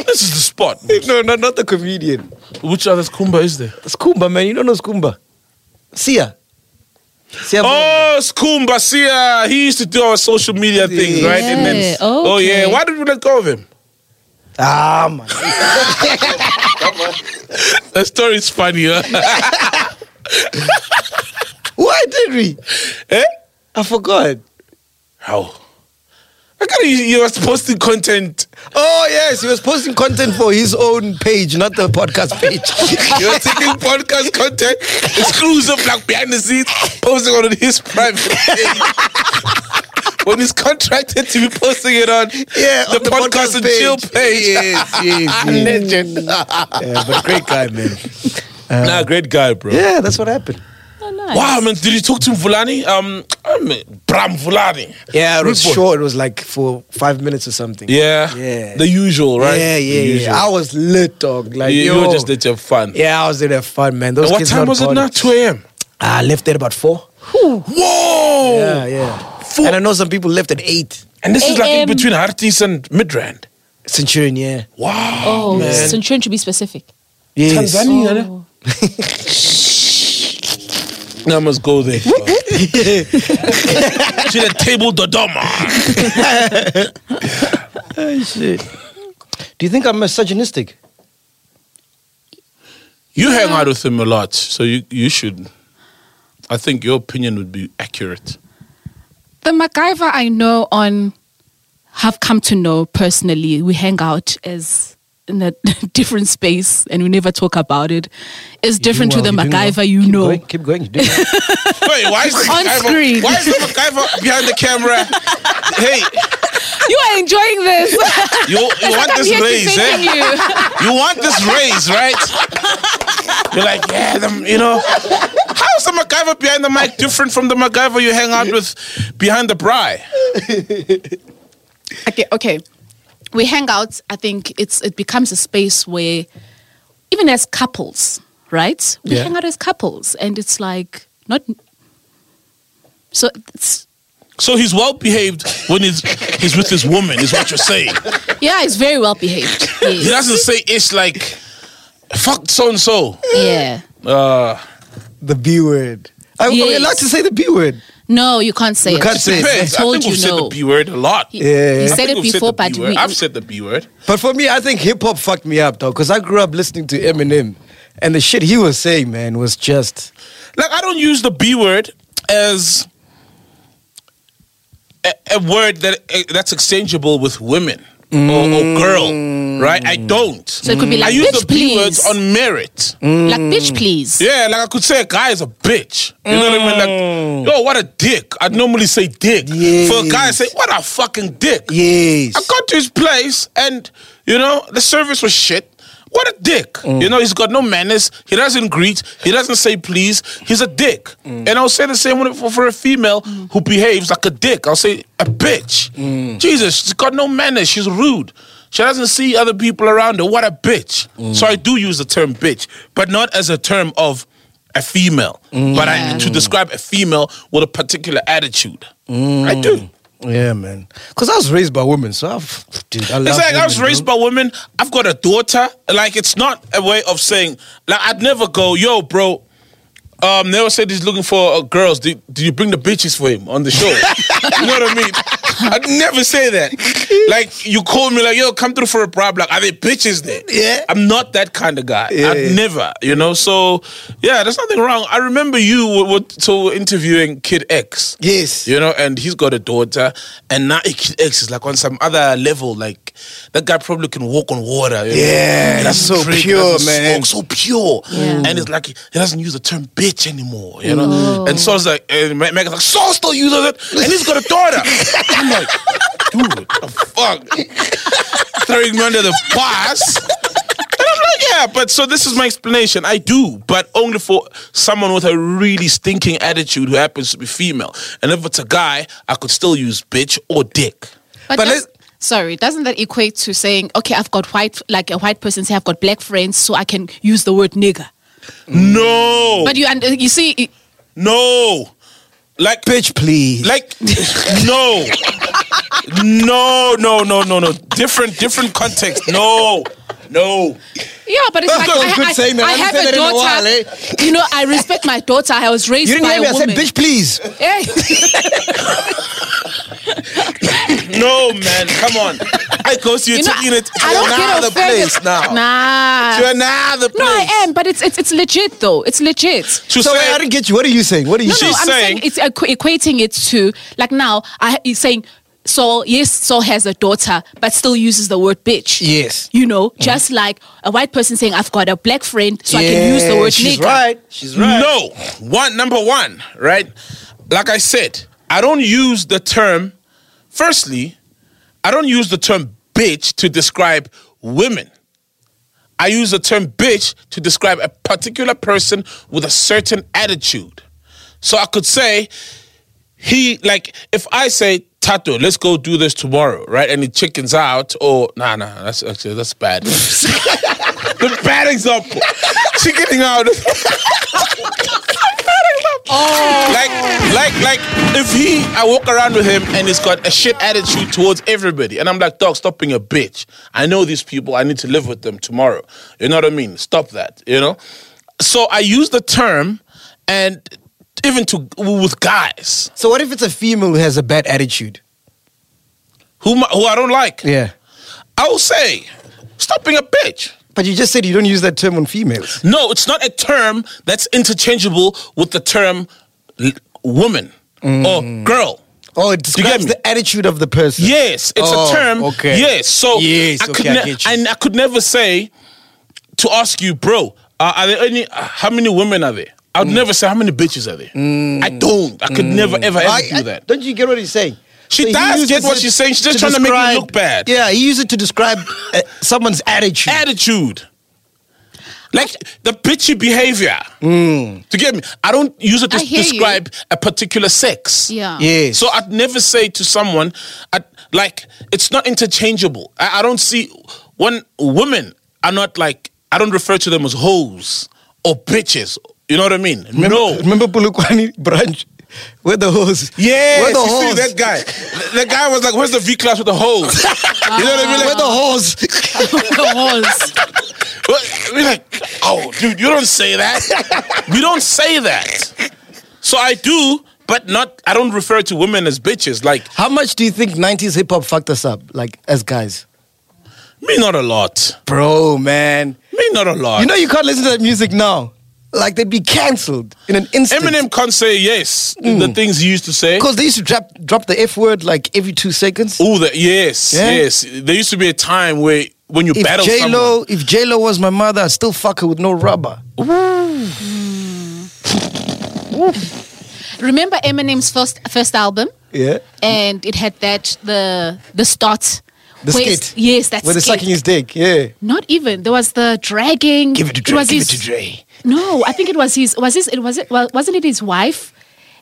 This is the spot.
no, no, not the comedian.
Which other Kumba is there?
Skumba, man, you don't know Skumba. Sia. Sia.
Oh, Skumba, see, uh, he used to do our social media things, right? And then,
Yeah,
oh yeah,
okay.
why did we let go of him?
Ah, man.
That story is funny, huh?
Why did we?
eh?
I forgot.
How? I got you, you was posting content.
Oh yes, he was posting content for his own page, not the podcast page.
You were taking podcast content, exclusive, like behind the scenes, posting on his private page. when he's contracted to be posting it on
yeah,
the,
on
podcast, and chill page.
Yes, yes, yes.
Legend.
yeah, but great guy, man.
nah, great guy, bro.
Yeah, that's what happened.
Oh, nice.
Wow, man, did you talk to Mvulani? Um, I mean, Bram Vulani.
Yeah, it was
Good boy.
short. It was like for five minutes or something.
Yeah.
Yeah.
The usual, right?
Yeah, yeah,
The usual.
yeah. I was lit, dog. Like
you,
yo.
you were just there to have fun.
Yeah, I was there to have fun, man. Those
And what
kids
time
not
was it
gone.
now? 2 a.m.
Ah, I left at about four.
Whoa!
Yeah, yeah.
Oh. Four.
And I know some people left at eight.
And this is like in
AM.
between Hartis and Midrand.
Centurion, yeah.
Wow.
Oh,
man.
Centurion to be specific.
Yes.
Tanzania. ne?
Oh.
Now I must go there. to the table, Dodoma.
Shit. Do you think I'm misogynistic?
You hang out with him a lot, so you, you should. I think your opinion would be accurate.
The MacGyver I know on have come to know personally. We hang out as in a different space and we never talk about it. It's different to the MacGyver you
Keep
know.
Going, keep going. You do well.
Wait, why is the
On
MacGyver-
screen.
Why is the MacGyver behind the camera? hey,
You are enjoying this.
you, you want
I'm
this
here to
raise,
thank
eh?
you.
You want this raise, right? You're like, yeah, the, you know. How is the MacGyver behind the mic different from the MacGyver you hang out with behind the bri?
okay, okay. We hang out. I think it's it becomes a space where even as couples, right? We
Yeah.
hang out as couples and it's like not so it's
So he's well behaved when he's he's with his woman, is what you're saying.
yeah, it's very well behaved.
He
Yes.
doesn't say ish like fuck so and so.
yeah.
Uh
the B word. I, Are we
Yes.
allowed to say the B word?
No, you can't say
You
it.
can't say it.
I
depends. I,
told
think we've
you
said
no.
the B word a lot.
He,
Yeah.
he
I
I
said
think
it
we've
before,
the
but
B word.
we,
I've said the B word.
But for me, I think hip hop fucked me up, though, because I grew up listening to Eminem, and the shit he was saying, man, was just.
Like I don't use the B word as a, a word that eh, that's exchangeable with women or, or girl, right? I don't. So
Mm. it could be like,
I use
"Bitch,
the B words
please."
on merit.
like,
Mm.
bitch, please.
Yeah, like I could say a guy is a bitch. You know what I mean? Like, yo, what a dick. I'd normally say dick. For a guy, I say, what a fucking dick.
Yes.
I got to his place and, you know, the service was shit. What a dick. You know, he's got no manners. He doesn't greet. He doesn't say please. He's a dick. And I'll say the same one for, for a female who behaves like a dick. I'll say, a bitch. Jesus, she's got no manners. She's rude. She doesn't see other people around her. What a bitch. So I do use the term bitch, but not as a term of a female, but I,
Yeah.
to describe a female with a particular attitude. I do.
Yeah, man. Because I was raised by women, so I've. Dude, I
It's
love
like I was
women,
raised
bro.
by women. I've got a daughter. Like it's not a way of saying. Like I'd never go, yo, bro. Um, they always said he's looking for uh, girls. Did, did you bring the bitches for him on the show? you know what I mean? I'd never say that. Like you call me like, yo, come through for a prob. Like, are there bitches there?
Yeah.
I'm not that kind of guy.
Yeah,
I'd
yeah.
never, you know. So yeah, there's nothing wrong. I remember you were, were so interviewing Kid X.
Yes.
You know, and he's got a daughter, and now Kid X is like on some other level. Like that guy probably can walk on water. you know.
Yeah,
He doesn't
so
drink, he
pure,
doesn't
man.
smoke, so pure.
Yeah.
And it's like he doesn't use the term bitch anymore, you know. And Saul's like, and Ma- Megan's like, Saul still uses it, and he's got a daughter. I'm like, dude, what the fuck, throwing me under the bus. And I'm like, yeah, but so this is my explanation. I do, but only for someone with a really stinking attitude who happens to be female. And if it's a guy, I could still use bitch or dick.
But,
But
does- sorry, doesn't that equate to saying, okay, I've got white, like a white person say, I've got black friends, so I can use the word nigger.
No,
But you, and you see, it-
no, like
Bitch, please.
Like no. No, no, no, no, no. Different, different context. No, no.
yeah, but it's
That's
like
not a
I,
good
I,
saying, man.
I
I
have
haven't
a
said that in a
daughter.
while, eh?
You know, I respect my daughter. I was raised
you didn't
by
hear me.
a
I said,
woman.
bitch, please.
Hey.
No, man. Come on. I go to you,
you know,
taking it to
I don't get
another
offended.
place now.
Nah.
To another place.
No, I am, but it's, it's it's legit though. It's legit.
She
So wait, I
said,
didn't get you. What are you saying? What are you
No,
saying?
no,
She's
I'm saying,
saying-
it's equ- equating it to like now. I he's saying Saul. Yes, Saul has a daughter, but still uses the word bitch.
Yes.
you know, just like a white person saying, "I've got a black friend, so I can use the
Yeah,
word
She's
nigger."
right. She's right.
no. One number one, right? Like I said, I don't use the term. Firstly, I don't use the term bitch to describe women. I use the term bitch to describe a particular person with a certain attitude. So I could say, he, like, if I say, Tato, let's go do this tomorrow, right? And he chickens out, or, nah, nah, that's actually, that's bad. the bad example. Chickening out. Like, like, like, if he, I walk around with him and he's got a shit attitude towards everybody, and I'm like, dog, stop being a bitch. I know these people. I need to live with them tomorrow. You know what I mean? Stop that. You know. So I use the term, and even to with guys
So what if it's a female who has a bad attitude?
who who I don't like,
Yeah.
I will say, stop being a bitch.
But you just said you don't use that term on females.
No, it's not a term that's interchangeable with the term l- woman or girl.
Oh, it
you get
describes
me?
the attitude of the person.
Yes, it's
Oh,
a term.
okay.
Yes, so
Yes,
I could
okay, I
ne-
get you.
and I could never say to ask you, bro. Uh, are there any? Uh, how many women are there? I'd
Mm.
never say how many bitches are there. I don't. I could never ever ever
I- I-
do that.
Don't you get what he's saying?
She
he
does
uses
get what
it
she's saying. She's just trying to make me
describe-
look bad.
Yeah, he used it to describe uh, someone's attitude.
Attitude, like the bitchy behavior.
Mm.
To get me, I don't use it to
I hear you.
describe a particular sex.
Yeah.
yes.
So I'd never say to someone, i like, it's not interchangeable. I, I don't see when women are not like, I don't refer to them as hoes or bitches. You know what I mean?
remember,
no.
Remember Bulukwani branch? Where the hose?
Yeah,
Where the
you see
hose?
that guy. That guy was like, "Where's the V class with the hoes?" you know what I mean? Like,
Where the hose?
The horse.
But we're like, oh, dude, you don't say that. we don't say that. So I do, but not. I don't refer to women as bitches. Like
How much do you think 90s hip hop fucked us up, like as guys?
me, not a lot.
Bro, man.
Me, not a lot.
You know you can't listen to that music now. Like they'd be cancelled in an instant.
Eminem can't say yes.
Hmm.
The things he used to say.
Because they used to drop drop the F word like every two seconds.
Oh, that yes,
Yeah.
yes. There used to be a time where when you
If
battle
J
someone,
Lo, if J Lo was my mother, I'd still fuck her with no rubber.
Remember Eminem's first first album,
Yeah.
and it had that the the start.
The
where it's-
skit.
Yes, that's
Where they're sucking his dick. Yeah.
Not even. There was the dragging.
Give it to Dre.
was
Give it
his-
to Dre.
No, I think it was his. Was his? It was it. Well, wasn't it his wife?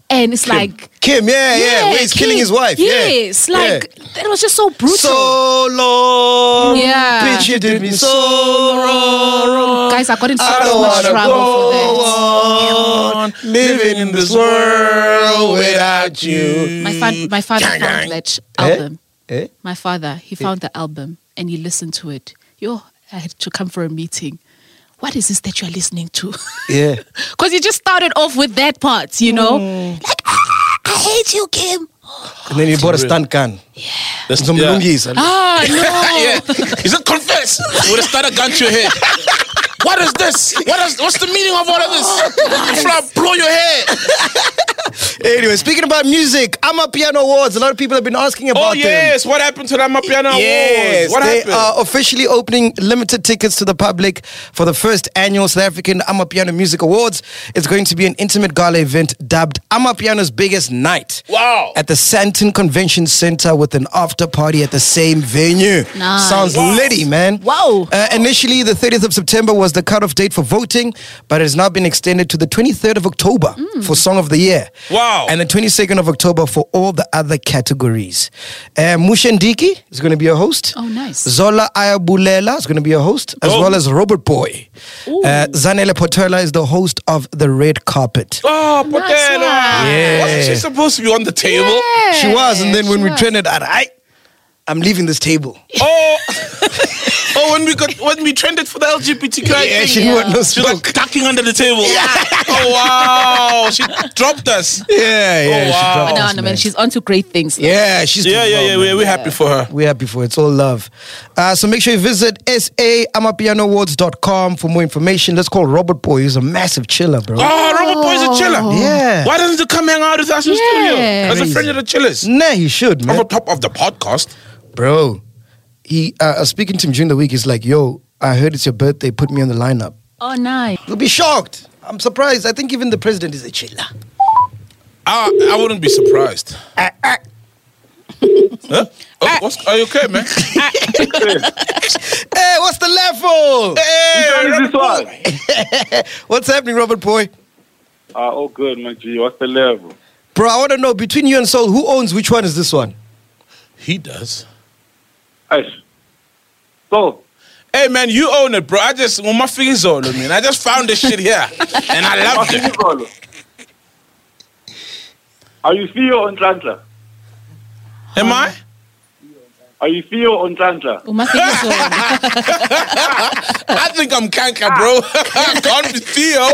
And it's like.
Kim, yeah, yeah, where he's killing
Kim.
his wife.
Yes,
yeah.
like
Yeah.
it was just so brutal.
so long.
Yeah.
Bitch, you did me so wrong.
Guys, I got in
I
so
don't
much
wanna
trouble for
go on living in this world without you.
that. My, fa- my father
Gang, gang.
found that album.
Eh?
My father, he found the album and he listened to it. Yo, I had to come for a meeting. What is this that you are listening to?
Yeah. Mm.
Because you just started off with that part, you know? Like, "Ah, I hate you, Kim.
And then he bought a
Real.
stunt gun.
That's
Some
yeah.
lungis.
Ah, no.
yeah. He said, confess. Would have started gun to your head. What is this? What is, what's the meaning of all of this? You fly, blow your head.
Anyway, speaking about music, I'm a Piano Awards. A lot of people have been asking about
Oh,
them.
yes. What happened to that Mapiano Awards?
Yes,
What
they
happened?
are officially opening limited tickets to the public for the first annual South African Amapiano Music Awards. It's going to be an intimate gala event dubbed Amapiano's Biggest Night.
Wow.
At the Santon Convention Center with an after party at the same venue.
Nice.
Sounds
Wow.
litty, man.
Wow.
Uh, initially, the 30th of September was the cutoff date for voting, but it has now been extended to the 23rd of October
Mm.
for Song of the Year.
Wow.
And the 22nd of October for all the other categories. Uh, Mushendiki is going to be a host.
Oh, nice.
Zola Ayabulela is going to be a host, as
Oh.
well as Robert Boy. Uh, Zanele Potela is the host of The Red Carpet.
oh, Potela.
Nice one. Yeah.
Wasn't she supposed to be on the table?
Yeah.
She was, and then
She
when we
was.
trained it, I, I'm leaving this table.
Oh, oh, when we got when we trended for the LGBTQ,
Yeah,
thing,
she didn't want no
she was
smoke.
like ducking under the table. Oh wow, she dropped us.
Yeah, yeah.
wow.
dropped
Oh, no,
us,
no,
man.
man. She's onto great things.
Yeah, she's
Yeah,
doing well,
yeah, yeah.
man.
We're, we're happy for her.
We're happy for it. It's all love. Uh, so make sure you visit saamapianoawards.com for more information. Let's call Robert Boy. He's a massive chiller, bro.
Oh, Robert Boy's a chiller.
Yeah.
Why doesn't he come hang out with us in the
Yeah.
studio as a
Crazy.
friend of the chillers?
Nah, he should,
I'm
man.
on top of the podcast.
Bro, he uh, I was speaking to him during the week. He's like, yo, I heard it's your birthday. Put me on the lineup.
Oh, nice.
You'll be shocked. I'm surprised. I think even the president is a chiller.
I, I wouldn't be surprised. Huh? Oh, what's, are you okay, man?
Hey, what's the level?
hey,
Where is this one?
What's happening, Robert Boy?
Ah, oh, good, my G. What's the level?
Bro, I want to know between you and Soul, who owns which one is this one?
he does.
Ash. So,
Hey man, you own it, bro. I just when my fingers on it, man. I just found this shit here, and I loved it.
Masibolo, are you Theo on Tlantla?
Am I?
Are you Theo on
Oh,
Tlantla?
Umafiso.
I think I'm canker, bro. Gone with Theo.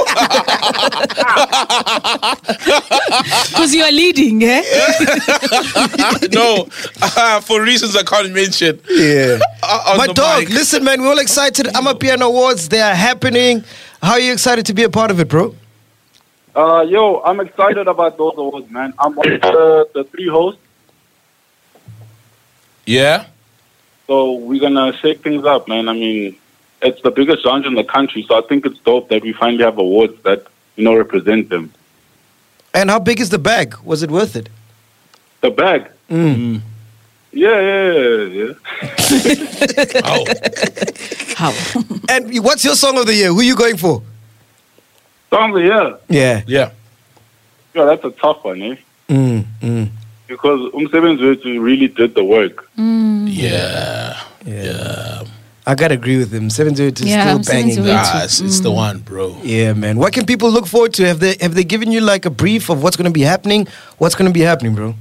Because you are leading, eh?
no, uh, for reasons I can't mention.
Yeah.
Uh, on
My
the
dog,
mic.
listen, man, we're all excited. Amapiano Awards, they are happening. How are you excited to be a part of it, bro?
Uh, yo, I'm excited about those awards, man. I'm one of the, the three hosts,
Yeah.
so we're gonna shake things up, man. I mean, it's the biggest genre in the country, so I think it's dope that we finally have awards that you know represent them.
And how big is the bag? Was it worth it?
The bag. Yeah, yeah, yeah, yeah.
Oh,
How?
And what's your song of the year? Who are you going for?
Song of the year.
Yeah.
yeah.
Yeah, that's a tough one, eh?
Mm, mm,
Because Umsebenzi Wethu really did the work.
Mm.
Yeah.
yeah. I gotta agree with him. Seven zero is
Yeah,
still
I'm
banging.
708.
man.
Ah, it's,
Mm.
it's the one, bro.
Yeah, man. What can people look forward to? Have they have they given you like a brief of what's gonna be happening? What's gonna be happening, bro?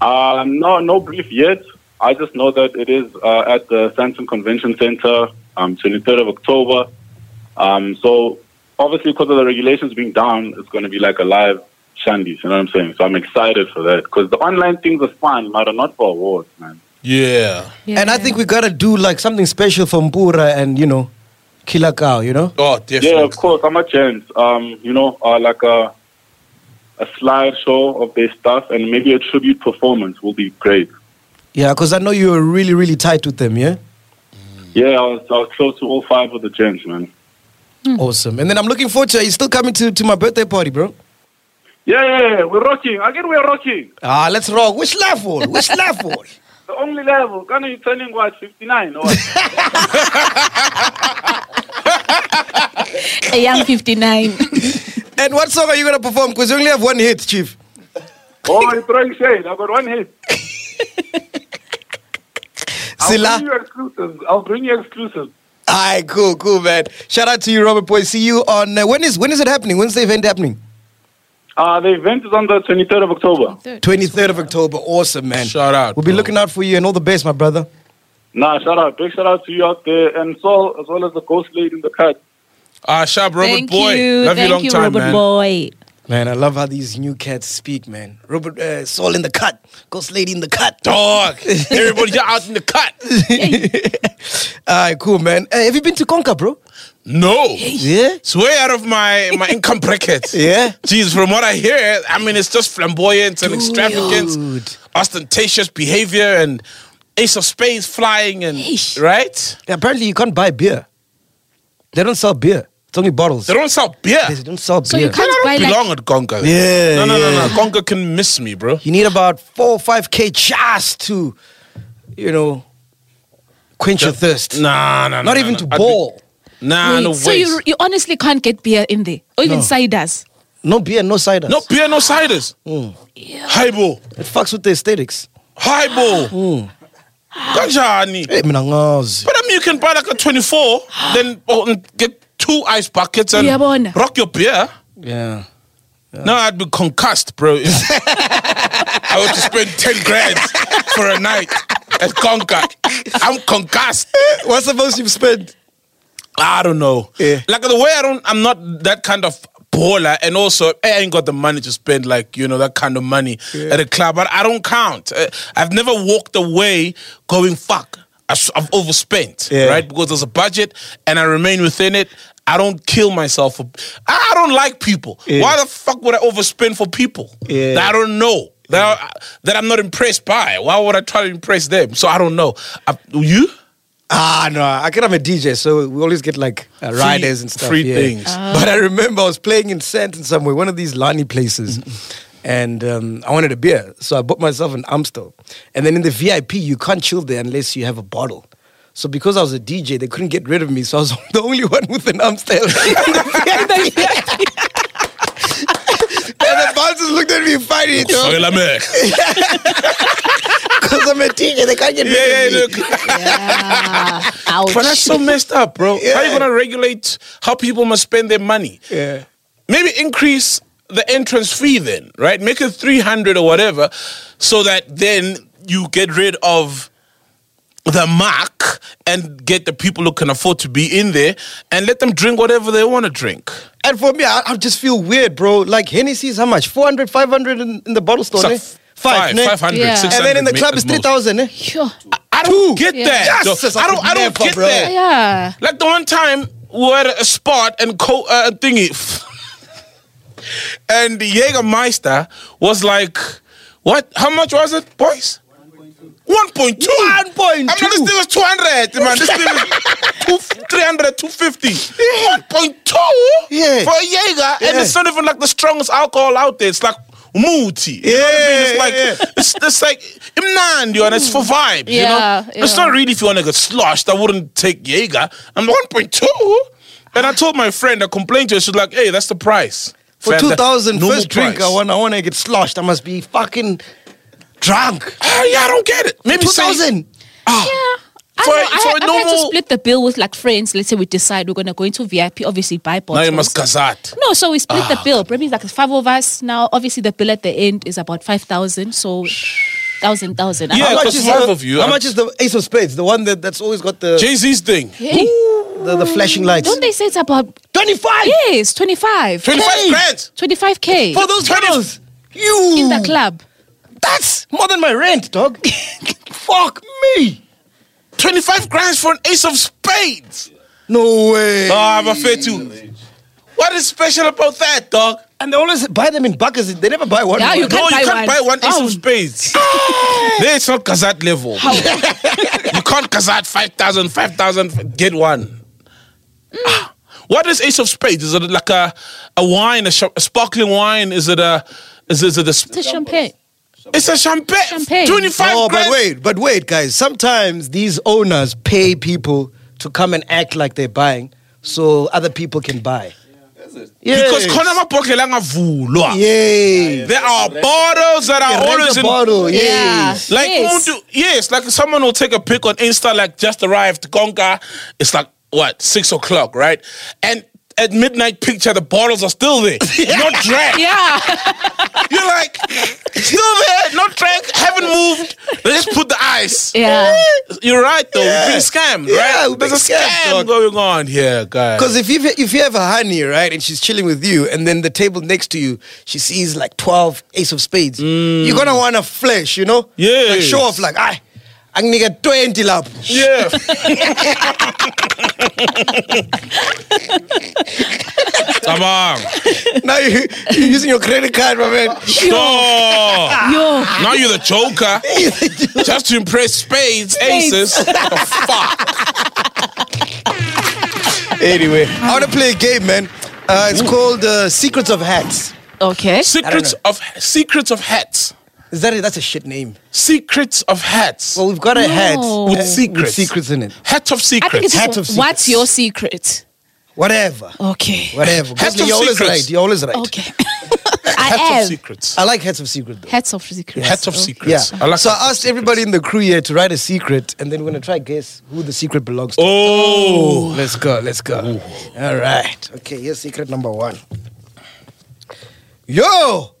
Uh, no, no brief yet. I just know that it is uh, at the Santon Convention Center, um, 23rd of October. Um, so obviously, because of the regulations being down, it's going to be like a live shandy. You know what I'm saying? So I'm excited for that because the online things are fun, but not for awards, man.
Yeah.
Yeah.
And I think we gotta do like something special for Mpura and you know, Killer Cow, you know?
Oh,
Yeah,
definitely.
of course. I'm a chance. Um, you know, uh, like a a slideshow of their stuff and maybe a tribute performance will be great.
Yeah, because I know you were really, really tight with them, yeah?
Yeah, I was, I was close to all five of the gents, man.
Hmm.
Awesome. And then I'm looking forward to it. You're still coming to, to my birthday party, bro.
Yeah, yeah, yeah, we're rocking. Again, we're rocking.
Ah, let's rock. Which level? Which level?
The only level. Can you turning what? 59 or what?
a young 59.
and what song are you going to perform? Because you only have one hit, Chief.
oh, you're throwing shade. I've got one hit. I'll bring
Silla.
you exclusives. I'll bring you exclusives.
Aye, cool, cool, man. Shout out to you, Robert Boy. See you on. Uh, when is when is it happening? When's the event happening?
Uh, the event is on the 23rd of October.
23rd of October. Awesome, man.
Shout out,
We'll be
bro.
looking out for you and all the best, my brother.
Nah, shout out. Big shout out to you out there. And Saul, as well as the ghost lady in the cut.
Ah, Shab Robert
Thank
Boy.
you.
Love
Thank
you long
you,
time,
Robert
man.
Boy.
Man, I love how these new cats speak, man. Robert uh, Saul in the cut, Ghost Lady in the cut.
Dog, everybody out in the cut.
All right, cool, man. Uh, have you been to Conca, bro?
No.
Yeah.
It's way out of my, my income bracket.
Yeah.
Jeez, from what I hear, I mean, it's just flamboyance and
Dude.
extravagance, ostentatious behavior, and ace of spades flying, and
Yeesh.
right?
Apparently, you can't buy beer. They don't sell beer. It's only bottles.
They don't sell beer.
They don't sell
So
beer.
you can't
I
buy
don't
like
belong at Gonga.
Yeah,
No, no,
yeah.
no, no. Gonga can miss me, bro.
You need about four or five k just to, you know, quench your thirst.
Nah, nah, nah.
Not
nah,
even
nah.
to
I'd be-
ball.
Nah,
Wait,
no
so
ways.
you, you honestly can't get beer in there or even
No.
ciders.
No beer, no cider.
No beer, no ciders. Highball.
It fucks with the aesthetics. Hmm.
Highball. Ganjani.
Hey, mina ngazi.
But I mean, you can buy like a 24, then oh, and get two ice buckets and
Uyabona.
rock your beer.
Yeah.
No, I'd be concussed, bro. I would to spend 10 grand for a night at Conca. I'm concussed.
What's the most you've spent?
I don't know.
Yeah.
Like the way I don't, I'm not that kind of baller, and also eh, I ain't got the money to spend like you know that kind of money at a club. But I don't count. Uh, I've never walked away going fuck. I s- I've overspent,
Yeah.
right? Because there's a budget, and I remain within it. I don't kill myself. For, I, I don't like people.
Yeah.
Why the fuck would I overspend for people
Yeah.
that I don't know? That, I, that I'm not impressed by. Why would I try to impress them? So I don't know. I, you?
Ah, no, I can I'm a DJ, so we always get like uh,
Free-
riders and stuff.
free
yeah.
things.
But I remember I was playing in Santon somewhere, one of these Lani places,
Mm-hmm.
and um, I wanted a beer, so I bought myself an Amstel. And then in the VIP, you can't chill there unless you have a bottle. So because I was a DJ, they couldn't get rid of me, so I was the only one with an Amstel. in the VIP. and the bouncers looked at me funny,
Soy la Merc.
because I'm a DJ, they can't get rid
Yeah,
of me.
yeah, look.
Yeah.
But that's so messed up, bro. How are
Yeah.
you gonna regulate how people must spend their money?
Yeah.
Maybe increase the entrance fee then, right? Make it three hundred or whatever, so that then you get rid of the mark and get the people who can afford to be in there and let them drink whatever they want to drink.
And for me, I, I just feel weird, bro. Like Hennessy is how much? 400, 500 in, in the bottle store,
So
ne?
f- five,
ne?
five hundred,
Yeah.
six
And
hundred.
then in the
ma-
club
at
it's
most.
3,000, ne?
Sure.
I don't
eh? Two.
get
Yeah.
that.
Yes,
though.
I
I don't. I don't
never,
get
bro.
that.
Yeah.
Like the one time we were at a spot and co- uh, thingy, and the Jägermeister was like, "What? How much was it, boys?" 1.2.
1.2.
I mean, this thing was 200, man. This thing was two, 300, 250. 1.2
Yeah.
for a Jaeger. And
Yeah.
it's not even like the strongest alcohol out there. It's like mooty. You know what I mean? It's
Yeah,
like,
yeah, yeah.
It's, it's like, imnandi, and it's for vibes,
Yeah,
you know? It's
yeah.
not really if you want to get sloshed, I wouldn't take Jaeger. I'm 1.2. And I told my friend, I complained to her, she's like, hey, that's the price.
For
Fam, that
2,000,
normal
first drink,
price.
I want, I want to get sloshed. I must be fucking drunk.
Ah, yeah, I don't get it. Maybe say-
2,000.
I,
For-
don't know, I,
for
I had to
normal-
split the bill with like friends. Let's say we decide we're gonna go into VIP. Obviously, buy
Now
bottles.
you must Ah. gazat.
No, so we split the bill. That means like five of us now. Obviously, the bill at the end is about five thousand. So thousand thousand.
Yeah,
How much
'cause
is
five
the-
of you,
How
I'm-
much is the Ace of Spades? The one that, that's always got the,
Jay Z's thing.
Hey,
the, the flashing lights.
don't they say it's about
25
yes twenty five?
25
Hey!
grand.
Twenty five k
for those bottles. You.
in the club.
That's more than my rent, dog. Fuck me.
25 grand for an ace of spades.
No way.
Ah, I'm afraid to. What is special about that, dog?
and they always buy them in buckets. They never buy one.
Yeah,
one.
you
no,
can't
you
buy
can't buy
one.
one ace
Oh.
of spades. there, it's not Kazat level. you can't Kazat 5,000, 5,000, get one. Ah, What is ace of spades? Is it like a, a wine, a, sh- a sparkling wine? Is it a. Is, is it a. sp-
It's a champagne.
It's a champagne.
Champagne.
25
Oh,
grand.
but wait, but wait, guys. Sometimes these owners pay people to come and act like they're buying, so other people can buy. Yeah.
Because khona amabhodlela angavulwa.
Yay.
There are bottles that are
Rent
always
a
in
bottle.
Yeah.
Yes.
Like
Yes.
yes. yes, like someone will take a pic on Insta, like just arrived Gonga. It's like what six o'clock, right? And at midnight picture, the bottles are still there, not drank.
Yeah.
You're like, still there, not drank, haven't moved. They just put the ice. Eh,
Yeah.
You're right though. We're being
Yeah.
scammed,
Yeah,
right?
we're
There's a
being scammed,
scam
dog.
going on here, guys.
Because if you if you have a honey right and she's chilling with you, and then the table next to you she sees like twelve ace of spades, you're gonna wanna flash, you know? like
Yes.
show off like I, I'm gonna get twenty lap.
yeah. Come on.
now you, you're using your credit card, my man.
No.
Yo.
Now you're the joker. Just to impress spades, aces. Fuck.
anyway, I wanna play a game, man. Uh, it's called uh, Secrets of Hats.
Okay.
Secrets of secrets of hats.
Is that it? That's a shit name.
Secrets of hats.
Well, we've got a hat
No.
uh,
With
secrets.
secrets in it.
Hats of
I think
secrets.
it's
Hat
just,
of secrets.
what's your secret?
Whatever,
Okay.
whatever.
Hats
Gosling,
of
you're always
secrets.
right. You're always right.
Okay. I
Hats of
am.
secrets.
I like hats of secret though.
Hats of secrets.
Hats of
Okay.
Yeah.
secrets. I like
so
hats of
I asked everybody in the crew here to write a secret, and then we're gonna try guess who the secret belongs to.
Oh.
Let's go. Let's go. All right. Okay. Here's secret number one. Yo.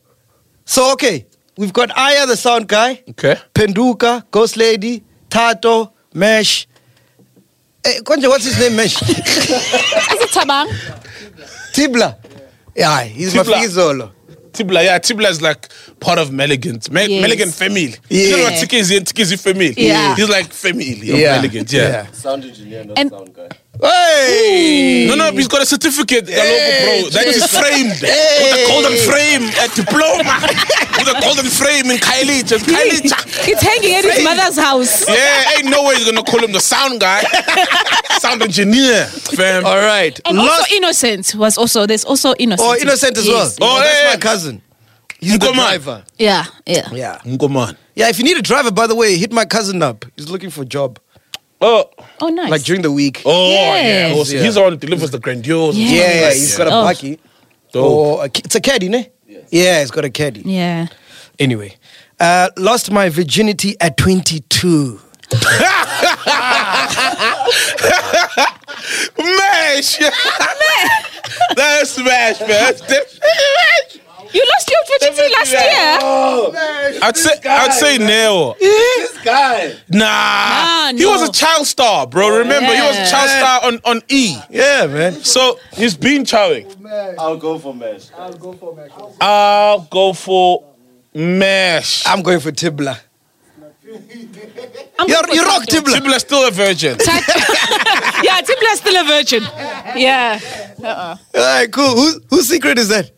So okay, we've got Aya the sound guy,
Okay.
Penduka, Ghost Lady, Tato, Mesh. Eh, Konja, what's his name? Mesh.
Is it Tabang?
Tibla. Yeah, he's
Tibla.
my fizolo.
Tibla, yeah, Tibla is like part of Meligant. Me-
Yes.
Meligant family.
Yeah.
You know what Tiki is and Tiki is family.
Yeah.
He's like family of
Yeah.
Meligant, yeah.
Sound engineer, not
And-
sound guy.
Hey.
No, no, he's got a certificate, yeah, bro, that is framed with a golden frame, a diploma, with a golden frame in Kailicha. It's Kailicha.
It's hanging at his mother's house.
Yeah, ain't no way he's gonna call him the sound guy, sound engineer, fam.
All right.
And
Lost
also innocent was also there's also innocent.
or Oh, innocent as
Yes.
well.
Oh,
that's
yeah.
my cousin. He's the
Ngoma.
driver.
Yeah, yeah.
Yeah.
Ngoman.
Yeah, if you need a driver, by the way, hit my cousin up. He's looking for a job.
Oh,
Oh nice.
Like during the week.
oh,
Yes.
yeah. also,
Yeah.
He's the one who delivers the grandiose.
Yeah.
yeah, yeah,
nice.
he's got a
Oh.
bucky.
Dope.
Or a, ca- it's a caddy, ne? Yeah, he's got a caddy.
yeah.
Anyway. Uh, lost my virginity at 22.
Mash. That's smash, man. That's smash.
You lost your virginity last year.
oh,
Oh,
I'd say I'd say Neo.
This guy.
Nah,
Nah,
he was
no.
a child star, bro. Remember, he was a
Yeah.
child star on on E.
Yeah, man.
So he's been chowing.
Oh, I'll go for Mesh.
I'll go for Mesh.
Ah.
I'm going for Tibla.
I'm
You're,
going for
you rock
Tato.
Tibla.
Tibla's still a virgin.
Tato- yeah, Tibla's still a virgin. Yeah.
All right, cool. Who, whose secret is that?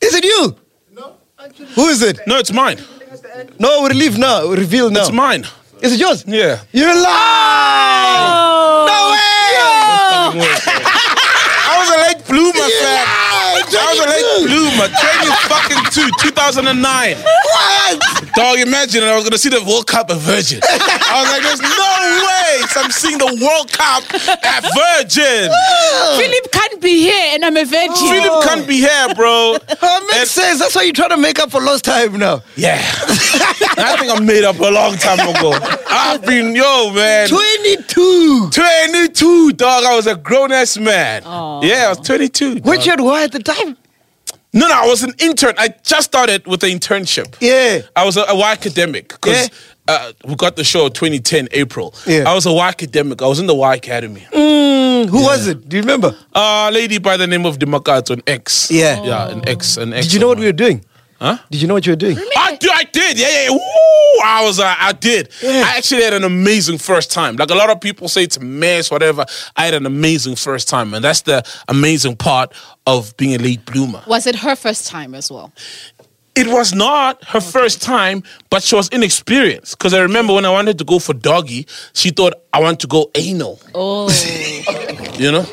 Is it you? No, Who is it?
No, it's mine.
No, we leave now. We reveal now.
It's mine.
Is it yours?
Yeah.
You're lying!
Oh.
No way!
I was a late bloomer, fam. I was a late bloomer. Training fucking two, 2009. What? Dog, imagine I was gonna see the World Cup a virgin. I was like, there's no way I'm seeing the World Cup at virgin.
Philip can't be here and I'm a virgin.
Oh.
Philip can't be here, bro.
That makes
And-
sense. That's why you're trying to make up for lost time now.
Yeah. I think I made up a long time ago. I've been, yo, man.
22.
22, dog. I was a grown ass man. Yeah, I was 22.
Which you had why at the time?
No, no, I was an intern. I just started with an internship.
Yeah.
I was a, a Y academic because
Yeah.
uh, we got the show 2010 April.
Yeah.
I was a Y academic. I was in the Y Academy.
Mm, who was it? Do you remember?
Uh, a lady by the name of Demarcato, an ex.
Yeah.
Yeah, an ex. An ex.
Did you know what we were doing?
Huh?
Did you know what you were doing?
I do. I did. Yeah, yeah. yeah. Woo! I was. Uh, I did.
Yeah.
I actually had an amazing first time. Like a lot of people say, it's a mess, whatever. I had an amazing first time, and that's the amazing part of being a late bloomer.
Was it her first time as well?
It was not her first time, but she was inexperienced. Because I remember when I wanted to go for doggy, she thought I want to go anal.
Oh.
You know?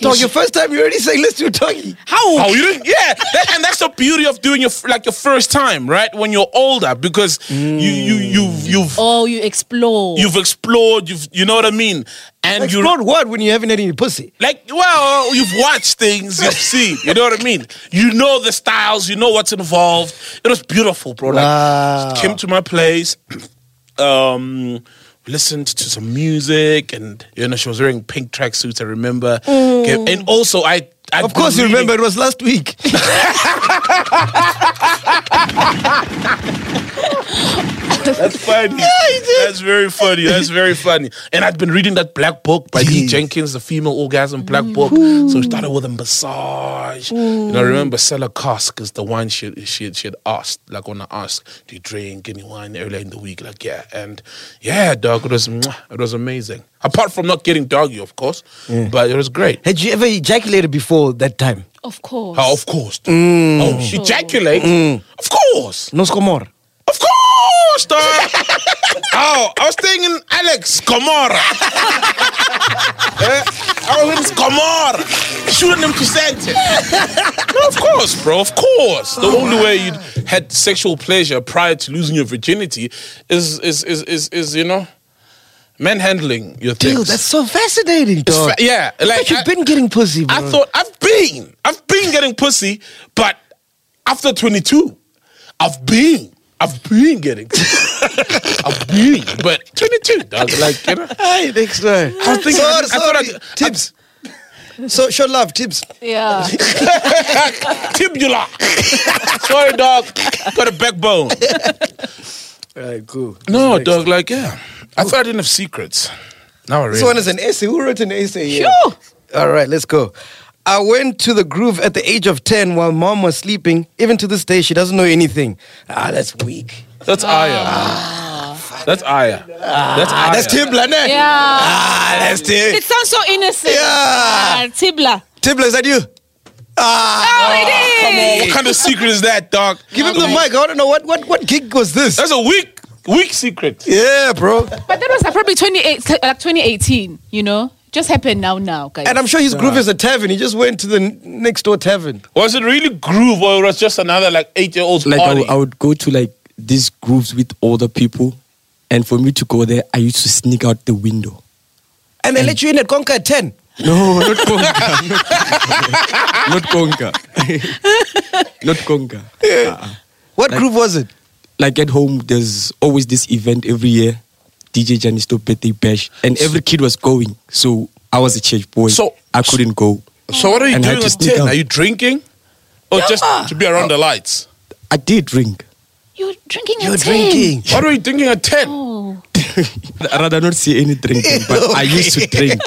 Dog, your first time, you already saying, let's do doggy.
How? you didn't? Yeah, that, and that's the beauty of doing your f- like your first time, right? When you're older, because you you you've you've
Mm. Oh, you explore.
you've explored, you've you know what I mean, and you
Explode what when you haven't had any pussy?
like well you've watched things you've seen you know what i mean you know the styles you know what's
Uh,
involved it was beautiful bro like
Wow.
she came to my place um listened to some music, and you know she was wearing pink tracksuits. I remember, and also I. I'd
Mm. Of course, you
been reading-
remember it was last week.
That's funny. That's very funny. That's very funny. And I'd been reading that black book by Lee Jenkins, the female orgasm black book. So we started with a massage. And I remember Stella Kask is the one she she had- she had asked, like when I asked, Do you drink any wine earlier in the week? Like, yeah. And yeah, dog, it was mwah, it was amazing. Apart from not getting doggy, of course. But it was great.
Had you ever ejaculated before that time?
Of course.
Oh, of course. Oh, she ejaculate. Of course.
No more.
Of course, dog. oh, I was thinking Alex Komora. Eh, I was in Komora, shooting him presented. no, of course, bro. Of course. The only way you would had sexual pleasure prior to losing your virginity is is is is, is you know manhandling your
Dude,
things.
that's so fascinating,
It's
dog.
fa- yeah,
I
like
thought you've
I-
been getting pussy, bro.
I thought I've been, I've been getting pussy, but after 22, I've been, I've been getting, I've been, but 22, dog, like you know.
Hey, next one.
I was thinking,
Sorry,
I thought I-
sorry.
I-
tips. So, show love, tips.
yeah.
Tibula. Sorry, dog. Got a backbone.
Alright, cool.
No, dog. Like, yeah. I thought I didn't have secrets. Now I
This one
realize.
is an essay. Who wrote an essay? here?
Phew.
All right, let's go. I went to the groove at the age of 10 while mom was sleeping. Even to this day, she doesn't know anything. Ah, that's weak.
That's Aya. man. That's Aya. Ah. That's Aya.
That's Tibla, ne?
Yeah.
Ah, that's
It
Tib.
sounds so innocent.
Yeah.
Ah, Tibla.
Tibla, is that you? Ah,
Oh, it is.
What kind of secret is that, dog?
give him the mic. I don't know. What, what, what gig was this?
That's a weak, weak secret.
yeah, bro.
But that was like probably 28, like 2018, you know? Just happened now, now, guys.
And I'm sure his groove is a tavern. He just went to the n- next door tavern.
Was it really groove or it was just another like eight year old's
like I,
party?
would- I would go to like these groups with older people, and for me to go there, I used to sneak out the window.
And they let you in at Conquer at 10.
No, not conga, not conga, not conga. Uh-uh.
What groove was it?
Like at home, there's always this event every year, DJ Janisto birthday bash, and every kid was going. So I was a church boy,
So-
so I couldn't go.
so what are you
And I had
doing
to
at
sneak
ten?
out.
Are you drinking? Or just to be around the lights?
I did drink.
You're drinking
You're
at 10.
drinking.
What are you drinking at ten?
Oh.
I'd rather not see any drinking, but I used to drink.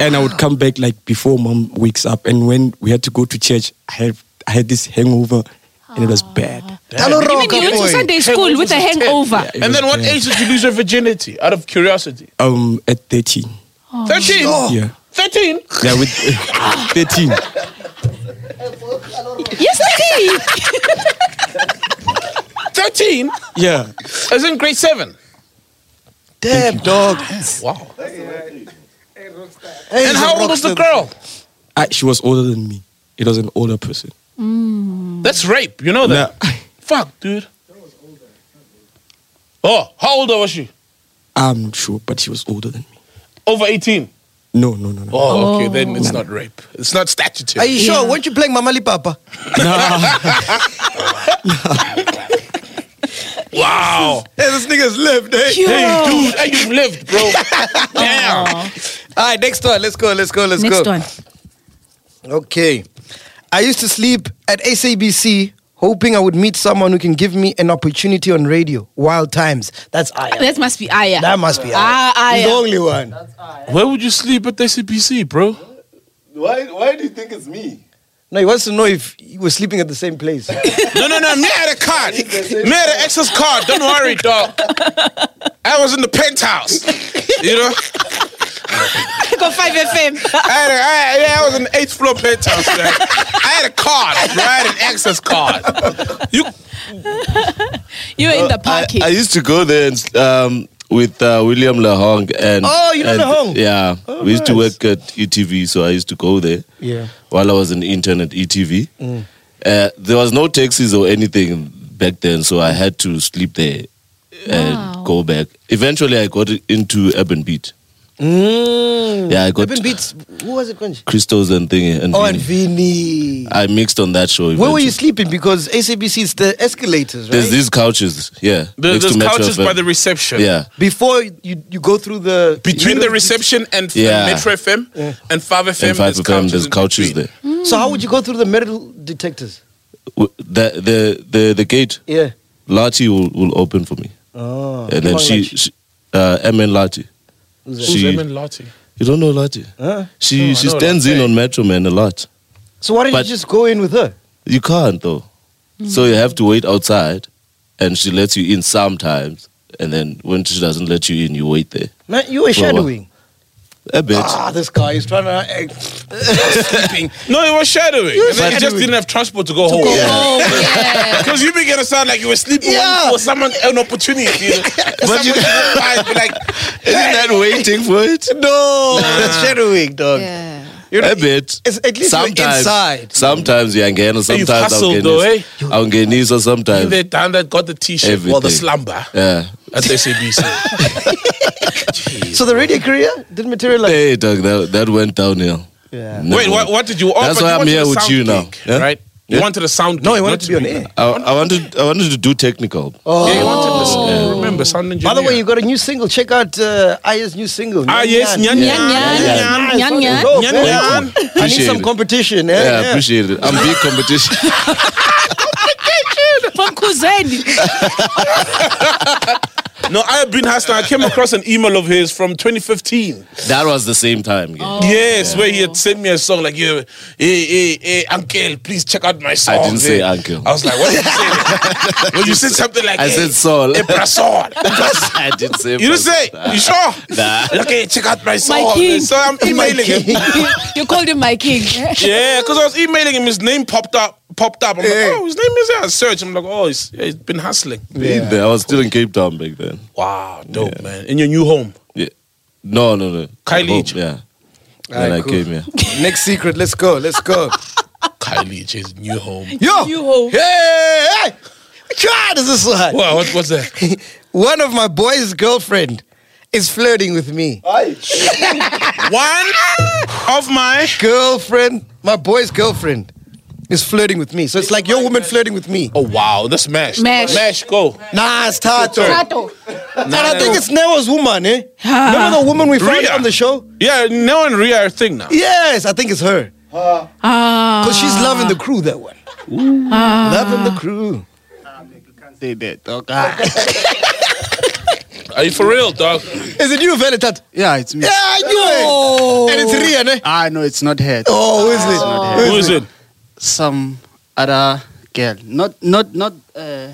and I would come back like before mom wakes up. And when we had to go to church, I had, I had this hangover and it was bad.
Talo
You mean you went to Sunday school with a hangover?
Yeah.
And then what
Yeah.
age did you lose your virginity? Out of curiosity.
Um, At 13.
Oh,
Thirteen.
Yeah.
Thirteen.
Yeah, with 13.
Yes, I did.
Thirteen.
Yeah.
As in grade seven.
Damn, dog.
Wow.
Hey,
And how old was the girl?
I, she was older than me. It was an older person.
That's rape. You know that.
Nah.
Fuck, dude. Oh, how old was she?
I'm not sure, but she was older than me.
Over eighteen.
No, no, no, no.
Oh, okay. Then it's not rape. It's not statutory.
Are you sure? Weren't you playing Mamali Papa?
wow.
Hey, this nigga's left, eh?
Hey,
Oh.
dude, how you lived, bro? Damn.
All right, next one. Let's go. Let's go. Let's
Next
go.
one.
Okay. I used to sleep at SABC hoping I would meet someone who can give me an opportunity on radio. Wild times. That's I.
That must be Aya.
That must be I.
Ah,
He's
Aya.
the only one.
Where would you sleep at the CPC, bro?
Why, why do you think it's me?
No, he wants to know if you were sleeping at the same place.
No, no, no. Me had a card. Me had an access card. Don't worry, dog. I was in the penthouse. You know,
Go 5FM.
I had a, I, yeah, I was in the eighth floor penthouse. Man. I had a card. Bro. I had an access card. You
You're in
Uh,
the
I,
parking.
I used to go there and, s- um, with uh, William Lahong and
Oh, you know
and-
Lahong?
Yeah,
Oh,
we used to
nice.
work at ETV, so I used to go there.
Yeah. Mm.
while I was an intern at ETV, uh, there was no taxis or anything back then, so I had to sleep there and
Wow.
go back. Eventually, I got into Urban Beat.
Mm.
Yeah, I got-
Urban Beats. Who was it, Kunji?
Crystals and thingy. And
Oh,
Vinny.
and Vinny.
I mixed on that show.
Where were
eventually.
you sleeping? Because ACBC is the escalators, right?
There's these couches. Yeah.
The,
next to
there's
Metro
couches
FM.
by the reception.
Yeah.
Before you, you go through the
Between the
middle-
reception and f-
Yeah.
Metro FM and 5 FM,
And 5
there's
FM,
couches,
there's
in
couches
between.
there.
Mm. So how would you go through the metal detectors?
W- The, the, the, the gate,
Yeah.
Lati will, will open for me.
Oh.
and then
Come on,
she,
like-
she uh, MN Lati.
Who's
She-
Emin Lottie?
You don't know Lati?
Huh?
She,
No, I
she
know
stands
Lati.
in on Metro Man a lot.
So why didn't
But-
you just go in with her?
You can't though. So you have to wait outside and she lets you in sometimes. And then when she doesn't let you in, you wait there.
Man, you were
For what?
shadowing.
A bit.
Ah, this guy is trying to act sleeping.
No, it was shadowing.
were
and then you just
shadowing.
didn't have transport to go home.
Oh, yeah.
Because you began to sound like you were sleeping
Yeah.
waiting for someone an opportunity. but you guys be like,
Isn't that waiting for it?
no, that's shadowing, dog.
yeah.
You know,
a bit.
It's, at least sometimes, you're inside.
Sometimes yeah, ngena,
you've
sometimes
hustled though, eh?
I'm Genisa sometimes.
they done that, got the t shirt or the
Everything.
slumber
Yeah.
at the SABC.
So the radio career didn't materialize.
Hey dog, that, that went downhill.
Yeah.
Never
Wait, what, what did you oh,
That's
but
why I'm
wanted
here
a
with
sound
you now.
gig,
Yeah?
Right? You
Yeah.
wanted a sound
No,
gig,
he
not
wanted to be on air.
I, I wanted I wanted to do technical.
Oh.
Yeah, you wanted this. yeah, Remember, sound
By
engineer.
the way, you got a new single. Check out uh, Aya's new single.
Ah, yes, Nyan
Yeah.
Nyan.
Nyan,
Nyan,
Nyan, Nyan.
Dope,
Nyan,
eh?
Nyan.
I need
Appreciate
some
it.
competition. Eh?
Yeah, I appreciate it. I'm big competition.
Pangkuzeni.
No, I have been hustling. I came across an email of his from 2015.
that was the same time.
Oh.
Oh. yeah.
Yes, where he had sent me a song like, yeah, hey, hey, hey, eh, uncle, please check out my song.
didn't say
eh.
uncle.
I was like, what did you say? well, you said something like,
I
hey,
said Saul.
eh, bra Saul.
I did say.
You didn't say, you sure?
Nah.
Okay, check out my song.
king.
So I'm emailing him.
you called him my king.
Yeah, because I was emailing him, his name popped up. Popped up. I'm like, oh, his name is. I searched. I'm like, oh, he's, yeah, he's been hustling.
Been there. I was still in Cape Town back then.
Wow, dope, man. In your new home.
Yeah. No, no, no.
Kylie
Hope,
J.
Yeah. Then
Alright,
I
cool.
came here.
Next secret. Let's go. Let's go.
Kylie, his new home.
Yo.
You hope.
Hey, hey. Which one is this one?
Wow, what was that?
One of my boy's girlfriend is flirting with me.
One of my.
Girlfriend, my boy's girlfriend is flirting with me. So it's like your woman flirting with me.
Oh wow, that's mash.
Mash.
mash, go.
Nah, it's Tato.
Tato.
And I think it's Nero's woman, eh? Remember the woman we found
Rhea.
on the show?
Yeah, now and Ria are a thing now.
Yes, I think it's her.
Ah.
Because she's loving the crew, that one. Loving the crew.
Are you for real, dog?
Is it you, Vele Tato?
Yeah, it's me.
Yeah, I knew it. And it's Ria, eh?
Ah, no, it's not her.
Oh, who is it?
not
Who is it?
Some other girl. Not, not, not uh,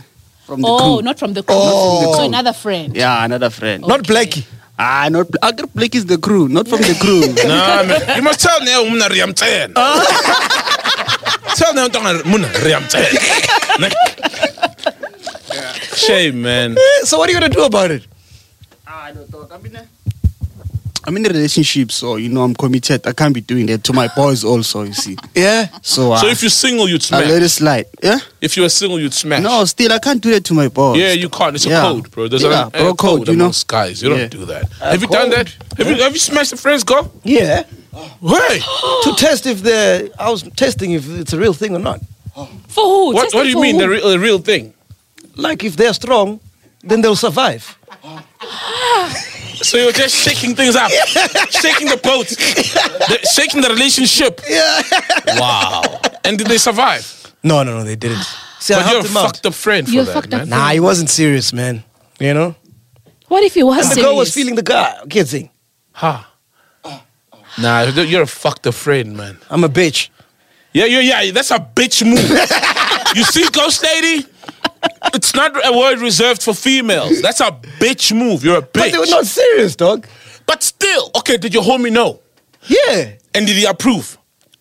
from the
Oh,
crew.
not from the crew. So another friend.
yeah, another friend.
Not Blackie.
Ah, not. Agar Blake is the crew, not from the crew.
Nah, man. You must tell now, Muna Ria, I'm tired. Tell now, Muna Ria, I'm tired. Shame, man.
Eh, So what are you going to do about it?
Ah, no, dog, I'm in a- I'm in a relationship, so you know I'm committed. I can't be doing that to my boys also. You see,
Yeah.
so, uh,
So if you're single, you'd
I let
smash.
it slide. Yeah.
If you were single, you'd smash.
No, still I can't do that to my boys.
Yeah, you can't. It's a
Yeah.
code, bro. There's
Yeah,
a,
bro,
a
code, you know?
amongst guys. You don't
Yeah.
do that. have you done that? Have you have you smashed a friend's girl?
Yeah.
Hey,
to test if the I was testing if it's a real thing or not.
For who?
what
Testing
what do you
for
mean
who?
the real, the real thing?
Like if they're strong, then they'll survive.
So you're just shaking things up, shaking the boat, the- shaking the relationship. Wow. And did they survive?
No, no, no, they didn't. See, I
But you're
helped
a
him out.
fucked up friend for
You're
that,
fucked up.
man.
Nah, he wasn't serious, man. You know,
What if he was
and the
serious?
girl was feeling the guy. Okay, see,
Ha. Nah, you're- you're a fucked up friend, man.
I'm a bitch.
Yeah, yeah, yeah. That's a bitch move. you see, ghost lady. It's not a word reserved for females. That's a bitch move. You're a bitch.
But they were not serious, dog.
But still, okay, did your homie know?
Yeah.
And did he approve?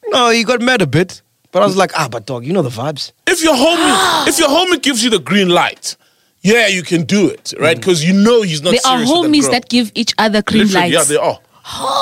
No, he got mad a bit, but I was like, ah, but dog, you know the vibes.
If your homie, if your homie gives you the green light, yeah, you can do it, right?
Mm.
Because you know he's not.
There are
serious with
homies
girl.
that give each other green
Literally,
lights.
Yeah, they are.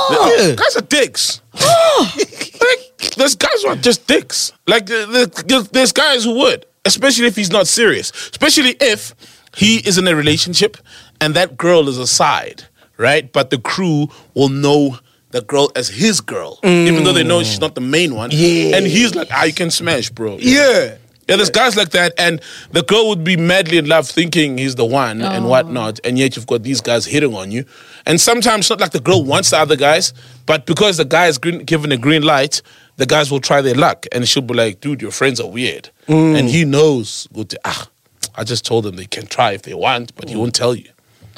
They are.
Yeah.
Guys are dicks. like, there's guys who are just dicks. Like uh, the- the- there's guys who would, especially if he's not serious, especially if he is in a relationship and that girl is a side. right? But the crew will know the girl as his girl, even though they know she's not the main one.
Mm. Yeah.
And he's like, I can smash, bro.
Yeah.
Yeah, there's guys like that, and the girl would be madly in love, thinking he's the one and whatnot, and yet you've got these guys hitting on you. And sometimes it's not like the girl wants the other guys, but because the guy is green, given a green light, the guys will try their luck, and she'll be like, "Dude, your friends are weird," and he knows. Go to ah, I just told them they can try if they want, but he won't tell you.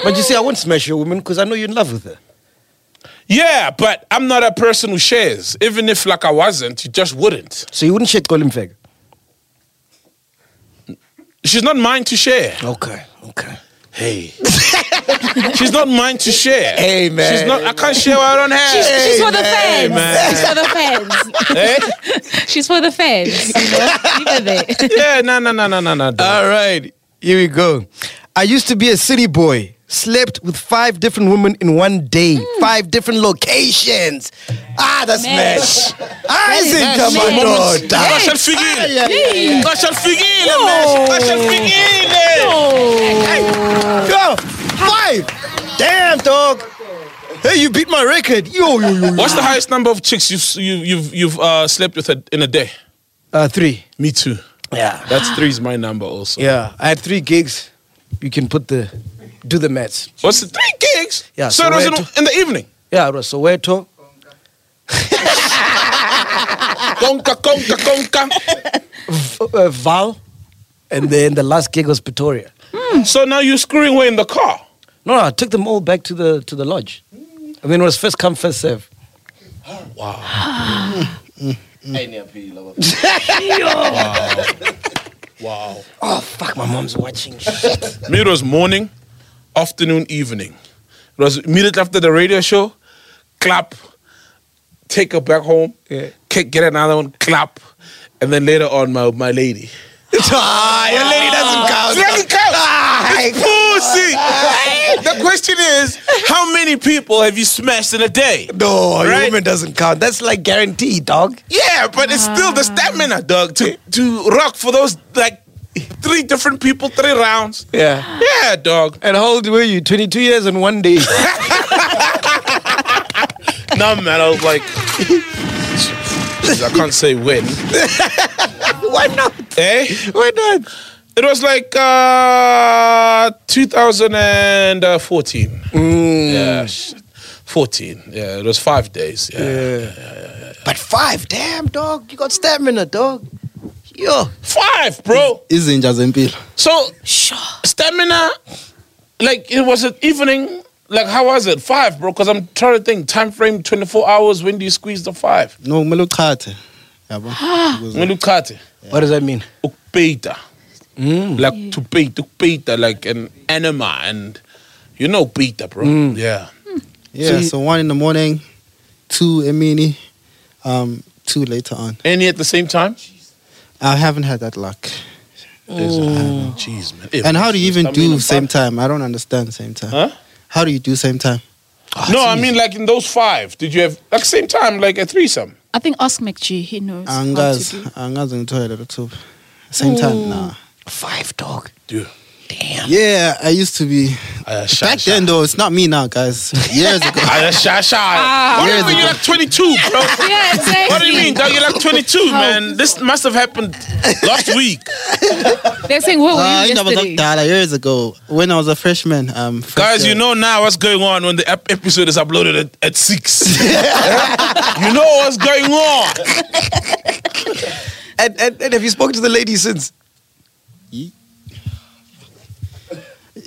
But you see, I won't smash your woman because I know you're in love with her.
Yeah, but I'm not a person who shares. Even if like I wasn't, you just wouldn't.
So you wouldn't shit call him fag.
She's not mine to share.
Okay. Okay.
Hey. She's not mine to share.
Hey, man.
She's not I can't share what I don't have.
She's, she's for the fans.
man.
She's for the fans.
Eh?
she's for the fans. You know? Leave her there.
Yeah, no, no, no, no, no, no.
Uh,
dog.
All right, here we go. I used to be a city boy. Slept with five different women in one day, five different locations. Ah, that's
Mad.
mesh. Ah, is it
That's mad.
Jamadoda?
Yes. Yes.
Ah, yeah.
Hey.
Ngashafikile, man. Ngashafikile.
Yo, five. Damn, dog. Hey, you beat my record. Yo, yo, yo. yo.
What's the highest number of chicks you've you, you've you've uh, slept with a, in a day?
Uh, three.
Me too.
Yeah.
That's three is my number also.
Yeah, I had three gigs. You can put the, do the maths.
What's the three gigs?
Yeah,
So, it was in,
Soweto.
in the evening.
Yeah, it was Soweto.
Konka, konka, konka.
V- uh, Val, and then the last gig was Pretoria.
so now you're screwing away in the car.
No, no, I took them all back to the to the lodge. I mean, it was first come, first serve.
Wow.
Oh fuck, my mom's watching.
Me, it was morning, afternoon, evening. It was immediately after the radio show, clap, take her back home,
Yeah.
kick, get another one, clap, and then later on, my, my lady.
ah, your lady doesn't count.
Bloody cow. It's pussy. the question is, how many people have you smashed in a day?
No, your
Right?
woman doesn't count. That's like guaranteed, dog.
Yeah, but it's still the stamina, dog, to, to rock for those, like, three different people, three rounds.
Yeah.
Yeah, dog.
And how old were you? 22 years and one day.
No, man, I was like, I can't say when.
Why not?
Eh?
Why not?
It was like uh, 2014.
Mm.
Yeah, shit. 14. Yeah, it was five days. Yeah.
But five, damn, dog. You got stamina, dog. Yo.
Five, bro.
izinja zempilo
So stamina, like it was an evening. Like how was it? Five, bro. Because I'm trying to think. Time frame, 24 hours. When do you squeeze the five?
no kumele uchathe yabo Ukuze-
Melukate,
What does that mean?
ukpeita,
Mm.
like to pay, to peita, like an anima, and you know peita, bro.
Mm.
Yeah.
yeah so one in the morning two emini um two later on
Any at the same time?
i haven't had that luck
Jeez, man. Eh,
and how do you even
I mean,
do
I'm
same time i don't understand same time
Huh?
how do you do same time
No, I mean like in those five. Did you have like same time like a threesome?
I think ask McG. He knows how to do.
angazi angazi Ah, ngithola lelo thuba same time nah
Five, dog.
Dude,
yeah i used to be
uh, sha-
back
sha-
then though it's not me now guys years ago
Uh, sha- sha. What do you
Years
mean you're like
ago.
22, bro?
Yeah, exactly.
What do you mean? dog? You're like 22, man. This must have happened last week.
They're saying, "Where were
Ah,
you
indaba
yesterday?"
zakudala years ago when i was a freshman um first
Guys, you
year-
know now what's going on when the ep- episode is uploaded at, at 6. you know what's going on.
And, and, and have you spoken to the lady since?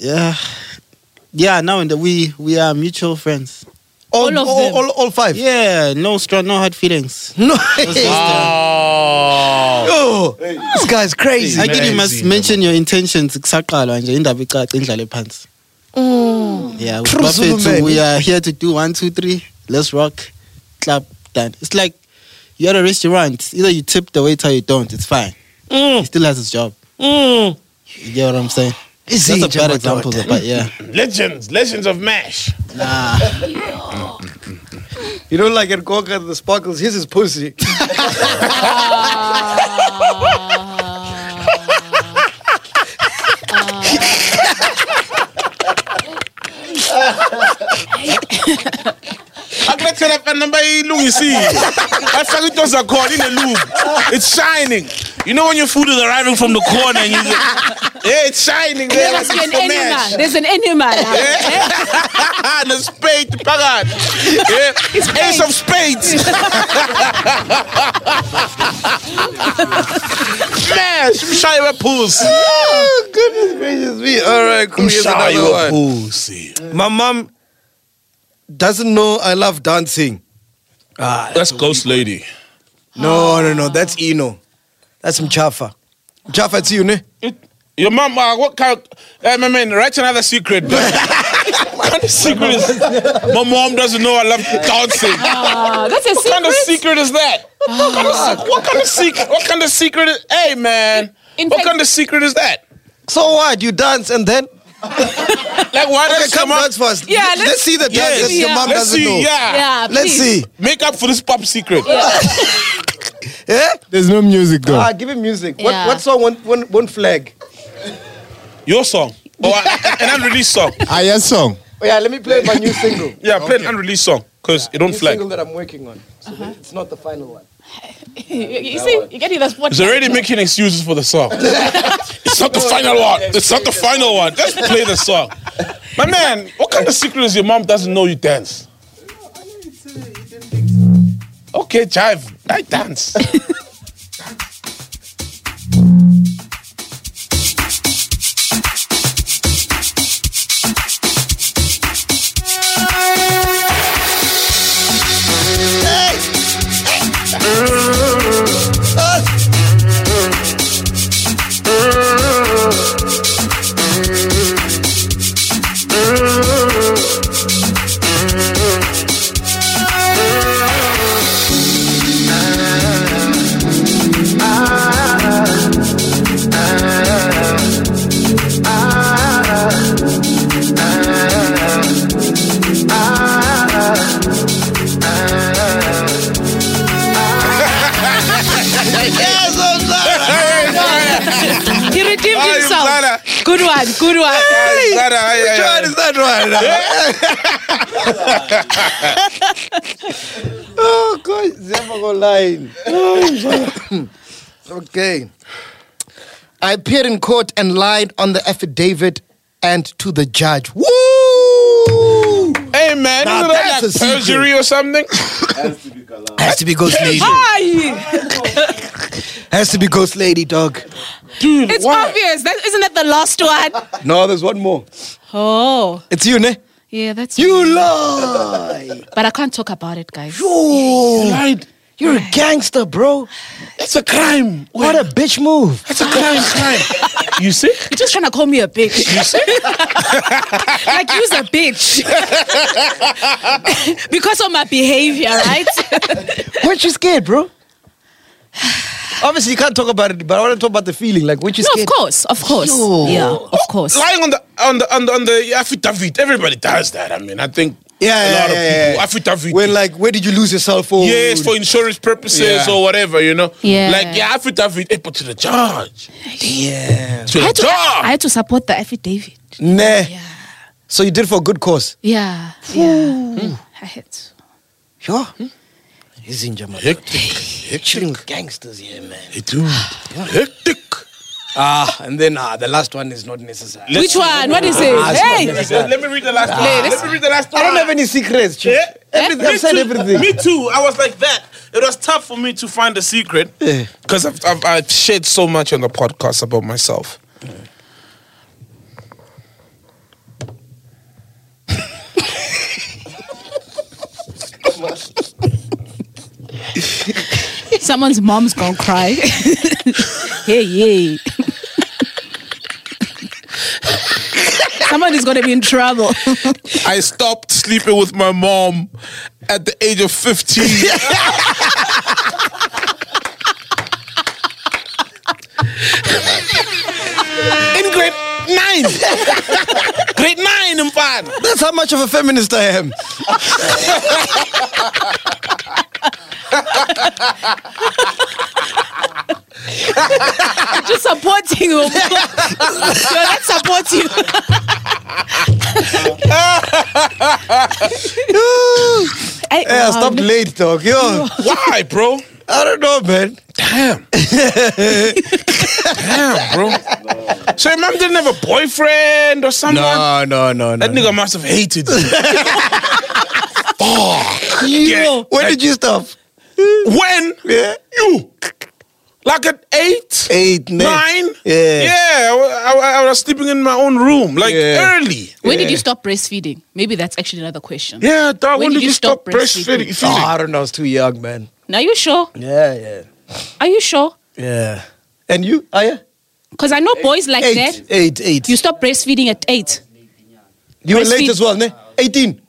yeah yeah now and we we are mutual friends
All,
All of
all,
them.
All, all five.
yeah no strong no hard feelings
No.
Ah,
Oh.
Yo, this guy's crazy.
I think you must
Amazing.
mention your intentions kusaqalwa nje indaba icace indlala phansi yeah with
True Zulu man.
Bafethu, we are here to do one two three let's rock clap done it's like you're at a restaurant either you tip the waiter or you don't it's fine he still has his job you get what i'm saying
Is
that's
he
a bad
Jamadoda?
example though, but yeah
Legends, legends of MASH.
You don't like it, Coca, the sparkles. Here's his pussy.
akulethela fana bayilungisile bafaka into zakhona ine-loop it's shining you know when your food is arriving from the corner and you hey it's shining there
There must
like it's
be an
for
enema.
mash.
There's an enema. la.
Yeah. nespade phakathi yeah. ace of spades mash umshaye wephusi
Goodness gracious me. All right, cool. Here's
umshaye
another one.
wephusi
My mom doesn't know I love dancing.
that's ghost lady
No, no, no. That's Eno. That's Mchafa. Mchafa, it's you, ne?
Your mom, uh, what kind? Of, hey, my man, write another secret. dog. what kind of secret is? My mom doesn't know I love dancing.
Ah, that's a
What kind of
secret.
secret is that? What kind of, se- what kind of secret? What kind of secret? Is, hey, man,
In
what
fact-
kind of secret is that?
So what? You dance and then?
Like, why
Okay,
does
come
your mom-
dance first.
Yeah,
let's,
let's-
see the dance
Yes.
that your
Yeah.
mom
Let's
doesn't
see.
know.
Yeah.
Yeah,
Let's
please.
see.
Make up for this pop secret.
Yeah?
There's no music though.
Ah, give him music. What,
Yeah.
what song won't, won't, won't flag?
Your song. Or a- an unreleased song.
Ah, yes, song.
Oh, yeah, let me play my new single.
Yeah, play an unreleased song because it don't
New
flag.
single that I'm working on. So that it's not the final one.
You, you see, you're getting that spot.
He's already making excuses for the song. it's not the final one. It's not the final one. Just play the song. My man, what kind of secret is your mom doesn't know you dance? Okay, Jive, I dance.
He redeemed
Ah, you
himself.
bladder.
Good one, good one.
Is that a- yeah, yeah,
What
yeah.
is that right? oh god, never go line. okay. I appeared in court and lied on the affidavit and to the judge. Woo!
Hey man,
Nah,
isn't that
that's
like
a secret.
perjury or something?
Has to be ghost lady.
Hi.
Has to be ghost lady, dog.
Dude,
It's
why?
obvious. That isn't that the last one?
No, there's one more.
Oh,
It's you, ne?
yeah, that's.
You lie.
But I can't talk about it, guys.
Oh,
Lied.
you're a gangster, bro.
It's a crime.
What a bitch move.
It's a crime, crime. You see?
You're just trying to call me a bitch. like you's a bitch. because of my behavior, right?
Weren't you scared, bro? Obviously, you can't talk about it, but I want to talk about the feeling. Like, weren't you
no,
scared?
of course, of course.
Yo.
Yeah, of
Oh,
course.
Lying on the on the on the, on the affidavit, everybody does that. I mean, I think
Yeah,
a
yeah,
lot
yeah, yeah,
of people
yeah.
affidavit.
When, like, where did you lose your cell phone?
Yes, for insurance purposes
Yeah.
or whatever, you know.
Yeah.
Like yeah, affidavit, eh, but to the judge,
Yeah.
to
I
the
had, to, I
judge.
had to support the affidavit.
Nah.
Yeah.
So you did for a good cause?
Yeah. yeah. I had to.
Sure. He's in Jamaica.
Hectic,
Chilling with gangsters here, man.
eh, dude, hectic.
Ah, and then ah, the last one is not necessary.
Which one? What is it? hey!
Let, let me read the last one. Let me read the last
I
one.
don't have any secrets. Chief.
Yeah.
Everything, I've said
too.
everything.
Me too. I was like that. It was tough for me to find a secret
Yeah.
because I've, I've, I've shared so much on the podcast about myself.
Someone's mom's gonna cry. hey, yay. Someone is gonna be in trouble.
I stopped sleeping with my mom at the age of 15. In grade nine. grade nine, I'm fine.
That's how much of a feminist I am.
Just supporting you. You're not supporting. Hey, um,
Hey, I
wow,
stopped
look-
Ah, late, dog. Yo,
Why, bro?
I don't know, man.
Damn. Damn, bro. So your mom didn't have a boyfriend or someone?
No, no, no, no.
That nigga must have hated you. Fuck. Yeah.
When did you stop?
When?
Yeah.
You. Like at eight?
Eight, nine.
Nine?
Yeah.
Yeah. I, wa- I, wa- I was sleeping in my own room, like
Yeah.
early.
When did you stop breastfeeding? Maybe that's actually another question.
Yeah, dog. When, did you stop
breastfeeding?
breastfeeding?
Oh, I don't know. I was too young, man.
Now you sure?
Yeah, yeah,
Are you sure?
yeah. And you? Are you?
Because I know boys like
eight,
that.
eight, eight.
You stop breastfeeding at eight.
You were late
breastfeed-
as well, ne? 18.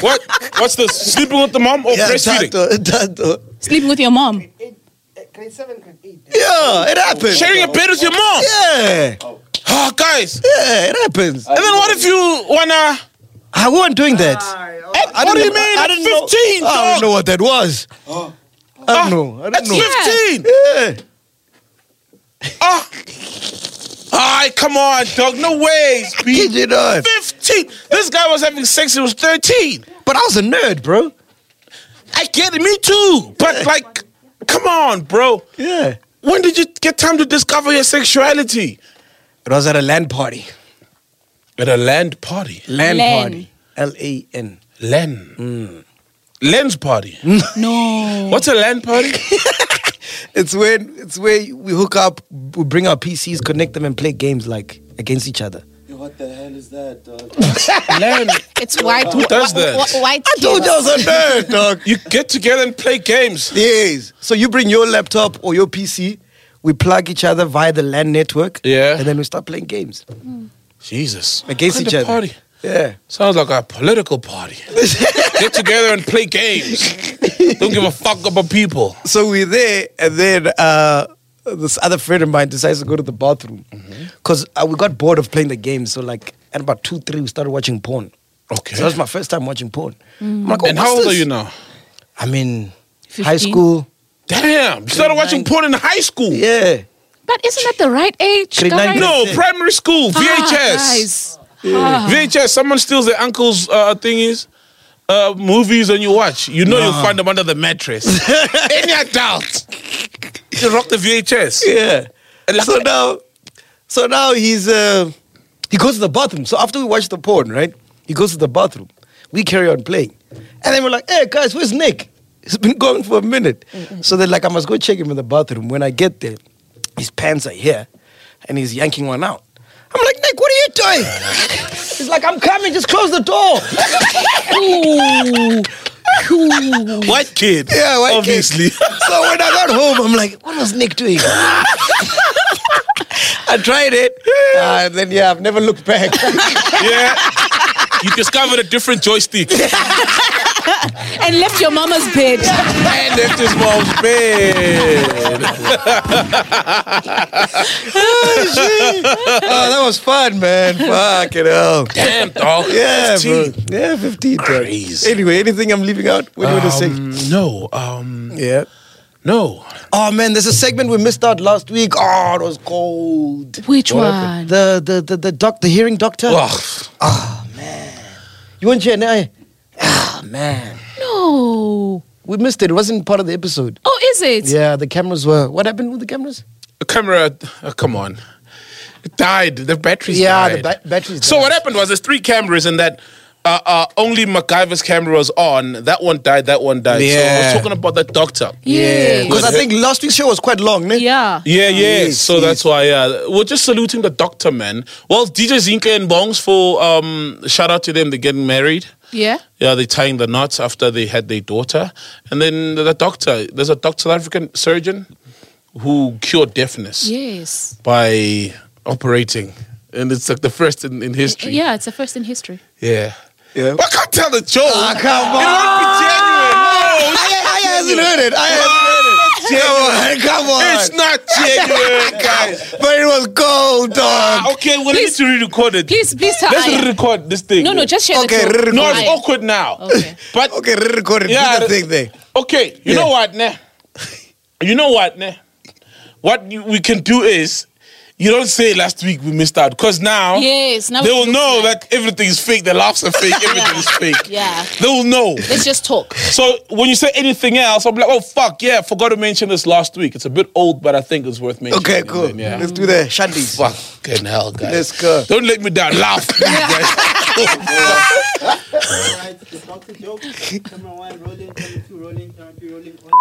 What? What's this? Sleeping with the mom or
Yeah,
breastfeeding?
Tato, tato.
Sleeping with your mom.
Oh,
Yeah, it happens.
Sharing a bed with your mom.
Yeah,
Oh, guys.
yeah, it happens.
And then what if you wanna?
I wasn't doing that. I
what do you
didn't-
mean?
I
At
didn't know- Oh,
fifteen,
I
dog.
don't know what that was. I don't know. I
At
don't know.
fifteen.
Yeah.
Ah. Ay, come on, dog. No way.
Kid
Speed.
you not.
15. This guy was having sex. He was 13.
But I was a nerd, bro.
I get it. Me too. But like, come on, bro.
Yeah.
When did you get time to discover your sexuality?
It was at a land party.
At a land party.
Land
Len.
party. L A N.
Len.
Mm.
Len's party.
No.
What's a land party?
It's when it's where we hook up, we bring our PCs, connect them, and play games like against each other.
What the hell is that, dog?
land.
It's white.
Who does that?
wh- White.
I told you I was a nerd, dog.
You get together and play games.
Yes. So you bring your laptop or your PC, we plug each other via the LAN network,
Yeah.
and then we start playing games
Jesus.
against
What
each
kind
other.
of Party.
Yeah.
Sounds like a political party. Get together and play games. Don't give a fuck about people.
so we're there, and then uh, this other friend of mine decides to go to the bathroom because uh, we got bored of playing the game. So like at about two, three, we started watching porn.
Okay.
So that was my first time watching porn. I'm like, oh,
and
what's
how old are
this?
you now?
I mean, high
15?
school.
Damn, you started watching porn in high school.
Yeah.
But isn't that the right age?
Grade
guys?
nine,
No,
That's it.
primary school,
Ah,
VHS.
guys. Ah.
VHS, someone steals their uncle's uh, thingies, uh, movies, and you watch. You know you'll find them under the mattress. Any adult. You rock the VHS.
Yeah.
Like-
so now, so now he's uh, he goes to the bathroom. So after we watch the porn, right? He goes to the bathroom. We carry on playing, and then we're like, "Hey guys, where's Nick? He's been gone for a minute." So they're like, "I must go check him in the bathroom." When I get there, his pants are here, and he's yanking one out. I'm like, Nick, what are you doing? he's like, I'm coming. Just close the door.
White kid.
Yeah, white kid.
obviously.
so when I got home, I'm like, what was Nick doing? I tried it. Uh, and then, yeah, I've never looked back.
yeah. You discovered a different joystick.
And left your mama's bed.
and left his mom's bed.
oh, that was fun, man. Fucking hell.
Damn, dog.
Yeah,
15.
bro. Yeah, 15. bro.
Crazy.
Anyway, anything I'm leaving out? What do you want to say?
Um, no, um,
Yeah.
no.
Oh, man, there's a segment we missed out last week. Oh, it was cold.
Which one?
The the the the, doc, the hearing doctor.
Ugh.
You weren't here, no? Ah, man.
No.
We missed it. It wasn't part of the episode.
Oh, is it?
Yeah, the cameras were. What happened with the cameras?
The camera, uh, come on. It died. The batteries
yeah,
died.
the ba- batteries.
So
died.
what happened was there's three cameras and that uh, uh, only MacGyver's camera was on. That one died, that one died. So I
Yeah.
was talking about the doctor.
Yeah,
Yeah.
because I think last week's show was quite long, ne?
Yeah.
Yeah, yeah.
Yes,
so that's why, yeah. We're just saluting the doctor, man. Well, DJ Zinke and Bongs for um, shout out to them. They're getting married.
Yeah.
Yeah, they're tying the knots after they had their daughter. And then the doctor, there's a doctor, South African surgeon who cured deafness
Yes.
by operating. And it's like the first in, in history.
Yeah, it's the first in history.
Yeah.
Yeah.
I can't tell the joke.
Ah, come on.
It won't be genuine. No,
I, I
it's not
hasn't
genuine.
heard it. I hasn't heard it. Come on, come on.
It's not genuine, guys.
but it was cold,
Ah,
dog.
okay, we need
Please-
to re-record it.
Please, please tell
Let's
I-
re-record this thing.
No, no, just share
Okay,
the joke.
re-record.
No, it's
I-
awkward now.
Okay.
But
Okay, re-record it.
Ah. Yeah,
Do the
re-
thing there.
okay, you
Yeah.
know what, ne? You know what, ne? What you- we can do is you don't say last week we missed out because now
Yes, now
they
it
will
looks
know
like-
that everything is fake. The laughs are fake. Everything is fake.
Yeah.
they will know.
Let's just talk.
So when you say anything else, I'm like, oh fuck, yeah, I forgot to mention this last week. It's a bit old, but I think it's worth mentioning.
Okay,
And
cool.
then, yeah.
Let's do the shandies.
Fucking hell, guys.
Let's go.
Don't let me down. Laugh, please, guys.
Alright, the boxing joke. Camera one rolling, camera two rolling, camera three rolling, audio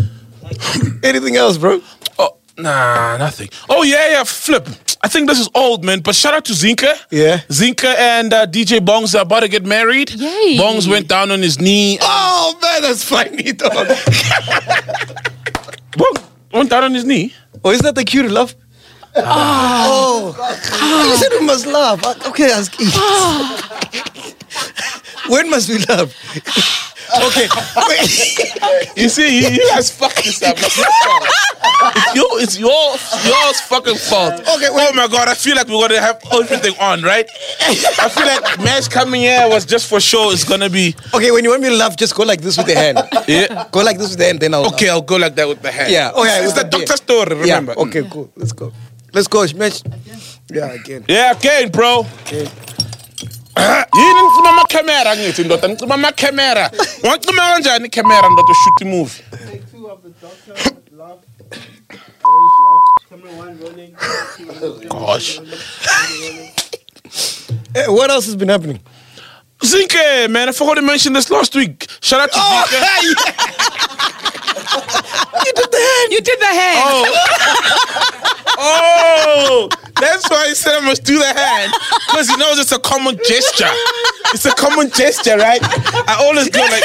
rolling.
Anything else, bro?
oh, nah, nothing. Oh yeah, yeah. Flip. I think this is old, man. But shout out to Zinka.
Yeah.
Zinka and uh, DJ Bongs are about to get married.
Yay.
Bongs went down on his knee.
Oh man, that's funny, dog.
Bong went down on his knee.
oh, is that the cue to love? Oh, you said we must love. Uh, Okay, ask. when must we love? okay.
You see, you, you guys fucked this up. It's your fault. It's your, it's your, it's yours fucking fault. Okay. Oh my god, I feel like we're gonna have everything on, right? I feel like Mash coming here was just for show. It's gonna be
okay, when you want me to love, just go like this with the hand.
yeah.
Go like this with the hand, then I'll.
Okay, I'll go like that with the hand.
Yeah. Oh, yeah.
It's
with
the
beer.
doctor story. Remember?
Yeah. Okay, cool. Let's go. Let's go, Shmesh. Yeah, again.
Yeah, again, bro.
Okay.
yini ngicima amakhamera ngithi ndoda ngicima amakhamera wangicima kanjani ikhamera ndoda ushoot imovie
Take two of the doctor with love. Orange love. Camera one rolling. Camera two rolling.
gosh
Eh, what else has been happening?
zinke man i forgot to mention this last week shout out to zinke
You did the hair.
Oh. oh. That's why he said I must do the hand. Because he knows it's a common gesture. It's a common gesture, right? I always go like,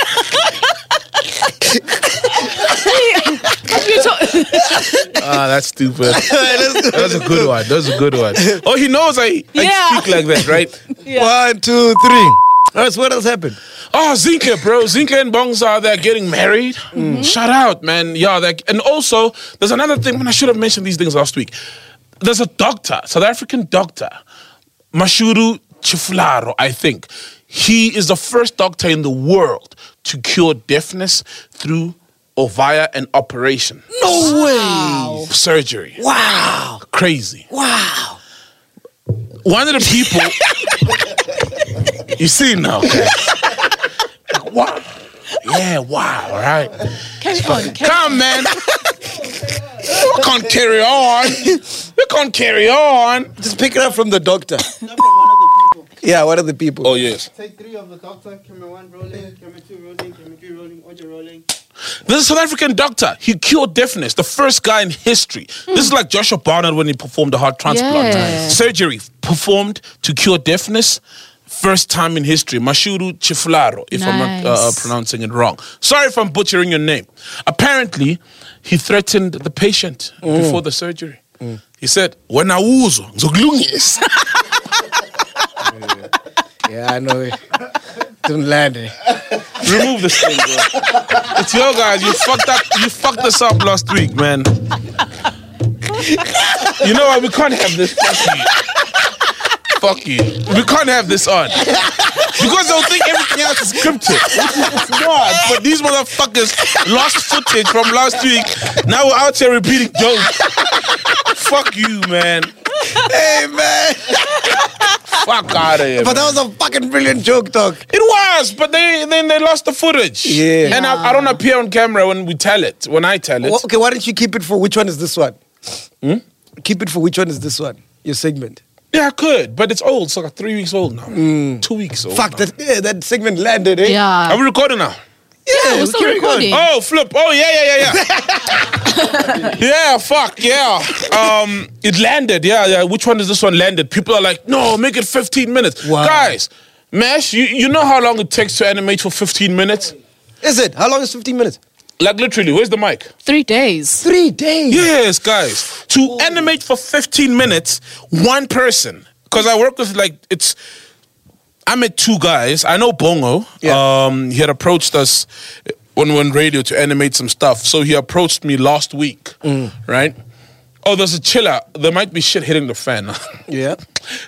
You to-
ah, that's stupid. that was a good one. That was a good one. Oh, he knows I, I
Yeah.
speak like that, right?
One, two, three. All right, so what else happened?
Oh, Zinke, bro. Zinke and Bongs are they're getting married.
Mm-hmm.
Shout out, man. Yeah, like, and also there's another thing, man. I should have mentioned these things last week. There's a doctor, South African doctor, Mashuru Chiflaro, I think. He is the first doctor in the world to cure deafness through or via an operation.
No way.
Surgery.
Wow.
Crazy.
Wow.
one of the people you see now. Like, wow. Yeah, wow, all right.
carry on. Carry on.
Come, man. We can't carry on. We can't carry on.
Just pick it up from the doctor.
Number one of the people.
yeah, what are the people?
Oh yes.
Take three of the doctor. Camera one rolling. Camera two rolling. Camera three rolling. Audio rolling.
This is a South African doctor. He cured deafness, the first guy in history. This is like Joshua Barnard when he performed a heart transplant.
Yeah.
Surgery performed to cure deafness. First time in history, Mashuru Chiflaro, if I'm not uh, uh,
Nice.
pronouncing it wrong. Sorry if I'm butchering your name. Apparently, he threatened the patient
Mm.
before the surgery. He said, When I was,
Yeah, I know. Don't land it.
remove this thing, bro. It's your guys. You fucked up. You fucked us up last week, man. You know what? We can't have this. Fuck you. Fuck you. We can't have this on because they'll think everything else is scripted. It's not. But these motherfuckers lost footage from last week. Now we're out here repeating jokes. Fuck you, man.
Hey, man.
Fuck out of here.
But
man.
that was a fucking brilliant joke, dog.
It was, but they then they lost the footage.
Yeah.
And I, I don't appear on camera when we tell it. When I tell it.
Wha- okay, why don't you keep it for which one is this one? Keep it for which one is this one? Your segment.
Yeah, I could, but it's old. It's like three weeks old now. Two weeks old.
Mm. Fuck,
now.
that, yeah, that segment landed, eh?
Yeah.
Are we recording now?
Yeah, we're
we
still
carry on.
recording.
Oh, flip. Oh, yeah, yeah, yeah, yeah. yeah, fuck, yeah. Um, it landed. Yeah, yeah. Which one is this one landed? People are like, no, make it 15 minutes.
Wow.
Guys, Mash, you, you know how long it takes to animate for 15 minutes?
Is it? How long is 15 minutes?
Like, literally, where's the mic?
Three days.
Three days.
Yes, guys. To animate for 15 minutes, one person. Because I work with like it's I met two guys. I know Bongo.
Yeah.
Um he had approached us on one radio to animate some stuff. So he approached me last week. Right? Oh, there's a chiller. There might be shit hitting the fan.
Yeah.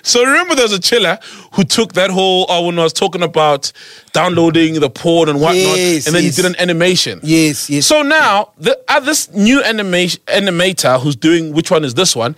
So remember, there's a chiller who took that whole uh, when I was talking about downloading the port and whatnot,
Yes,
and then
yes.
he did an animation.
Yes, yes. Mm.
So now the, uh, this new animation animator who's doing which one is this one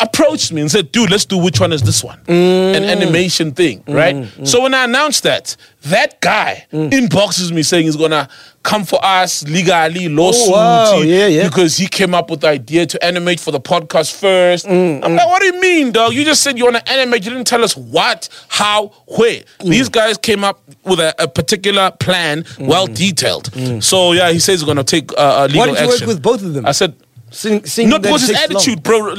approached me and said, dude, let's do which one is this one?
Mm.
An animation thing, right? So when I announced that, that guy
Mm.
inboxes me saying he's gonna come for us legally, lawsuit,
Oh, wow. Yeah, yeah.
because he came up with the idea to animate for the podcast first.
Mm,
I'm like, what do you mean, dog? You just said you wanna animate, you didn't tell us what, how, where.
Mm.
These guys came up with a, a particular plan, well detailed. So yeah, he says he's gonna take uh, uh, legal
Mm. Why did you
action.
work with both of them?
I said,
Sing, sing
not
that
because his
takes long.
attitude, bro.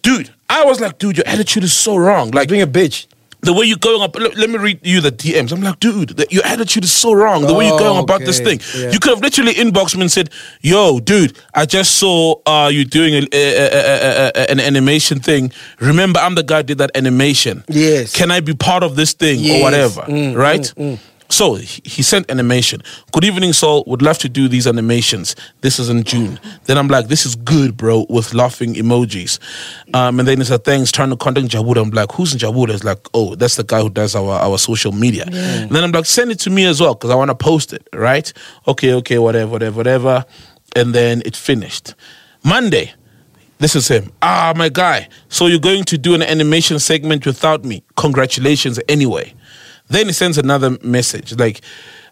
Dude, I was like, dude, your attitude is so wrong. Like
Being a bitch.
the way you're going up. Let, let me read you the DMs. I'm like, dude, that your attitude is so wrong. The way you're going
Oh,
about this
okay.
thing.
Yeah.
You could have literally inboxed me and said, yo, dude, I just saw uh, you doing a, a- a- a- a- an animation thing. Remember, I'm the guy who did that animation.
Yes.
Can I be part of this thing or
Yes. Mm,
whatever? right. So he he sent animation. Good evening, Saul. Would love to do these animations. This is in June. Then I'm like, this is good, bro, with laughing emojis. Um, and then it's a thanks trying to contact Jawood. I'm like, who's Jawood? It's like, oh, that's the guy who does our, our social media. And then I'm like, send it to me as well because I want to post it, right? Okay, okay, whatever, whatever, whatever. And then it finished. Monday, this is him. Ah, my guy. So you're going to do an animation segment without me. Congratulations, anyway. Then he sends another message like,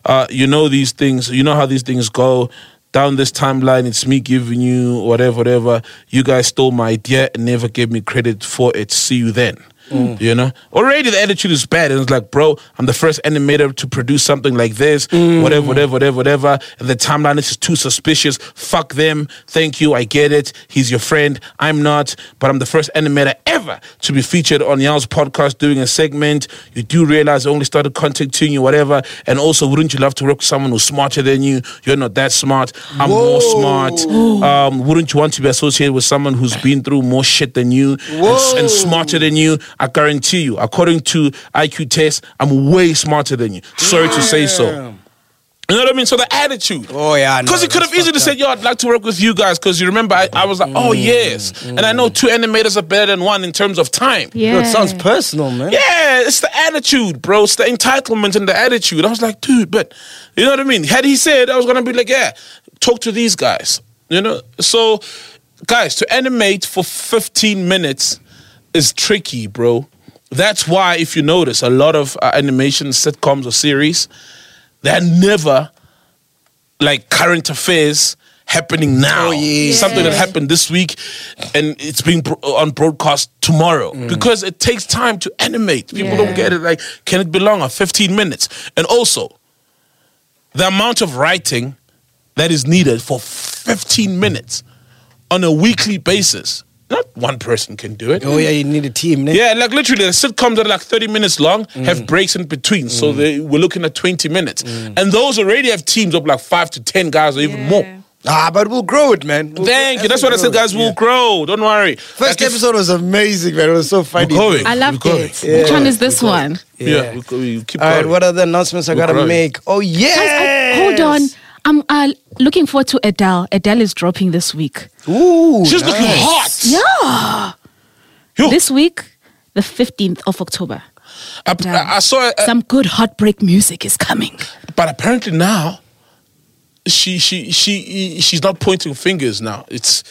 uh, you know these things, you know how these things go. Down this timeline, it's me giving you whatever, whatever. You guys stole my idea and never gave me credit for it. See you then. Mm. You know, already the attitude is bad, and it's like, bro, I'm the first animator to produce something like this. Whatever, whatever, whatever, whatever. And the timeline is just too suspicious. Fuck them. Thank you. I get it. He's your friend. I'm not, but I'm the first animator ever to be featured on Yao's podcast doing a segment. You do realize I only started contacting you, whatever. And also, wouldn't you love to work with someone who's smarter than you? You're not that smart. I'm more smart. Um, wouldn't you want to be associated with someone who's been through more shit than you and, s- and smarter than you? I guarantee you, according to IQ test, I'm way smarter than you. Sorry to say so. You know what I mean? So the attitude.
Oh, yeah, I know.
Because he could have
That's
easily said, "Yo, I'd like to work with you guys." Because you remember, I, I was like, "Oh
Mm,
yes," and I know two animators are better than one in terms of time.
Yo, it mm. sounds personal, man.
Yeah, it's the attitude, bro. It's the entitlement and the attitude. I was like, dude, but you know what I mean? Had he said, I was gonna be like, yeah, talk to these guys. You know? So, guys, to animate for 15 minutes is tricky, bro. That's why, if you notice, a lot of uh, animation sitcoms or series, they're never like current affairs happening now. Something that happened this week and it's being bro- on broadcast tomorrow because it takes time to animate. People don't get it. Like, can it be longer? 15 minutes. And also, the amount of writing that is needed for 15 minutes on a weekly basis. Not one person can do it.
Oh, yeah, you need a team. Yeah.
Yeah, like literally, the sitcoms that are like 30 minutes long
Mm.
have breaks in between. So they, we're looking at 20 minutes.
Mm.
And those already have teams of like five to 10 guys or even more.
Ah, but we'll grow it, man. We'll
Thank
grow-
you. That's what I
grow
said,
it.
guys. We'll grow. Don't worry.
First
Like, if-
episode was amazing, man. It was so
We're
funny.
going.
I loved
We're
it.
going.
Which one is this one?
Yeah, we, we keep
All
going.
right, what other announcements I gotta
growing.
make? Oh
Guys, I-
yeah!
hold on. I'm uh, looking forward to Adele. Adele is dropping this week.
Ooh,
She's looking hot. Yo.
This week, the 15th of October.
I, I- I saw it, uh,
Some good heartbreak music is coming.
but apparently now, she she she she's not pointing fingers now. It's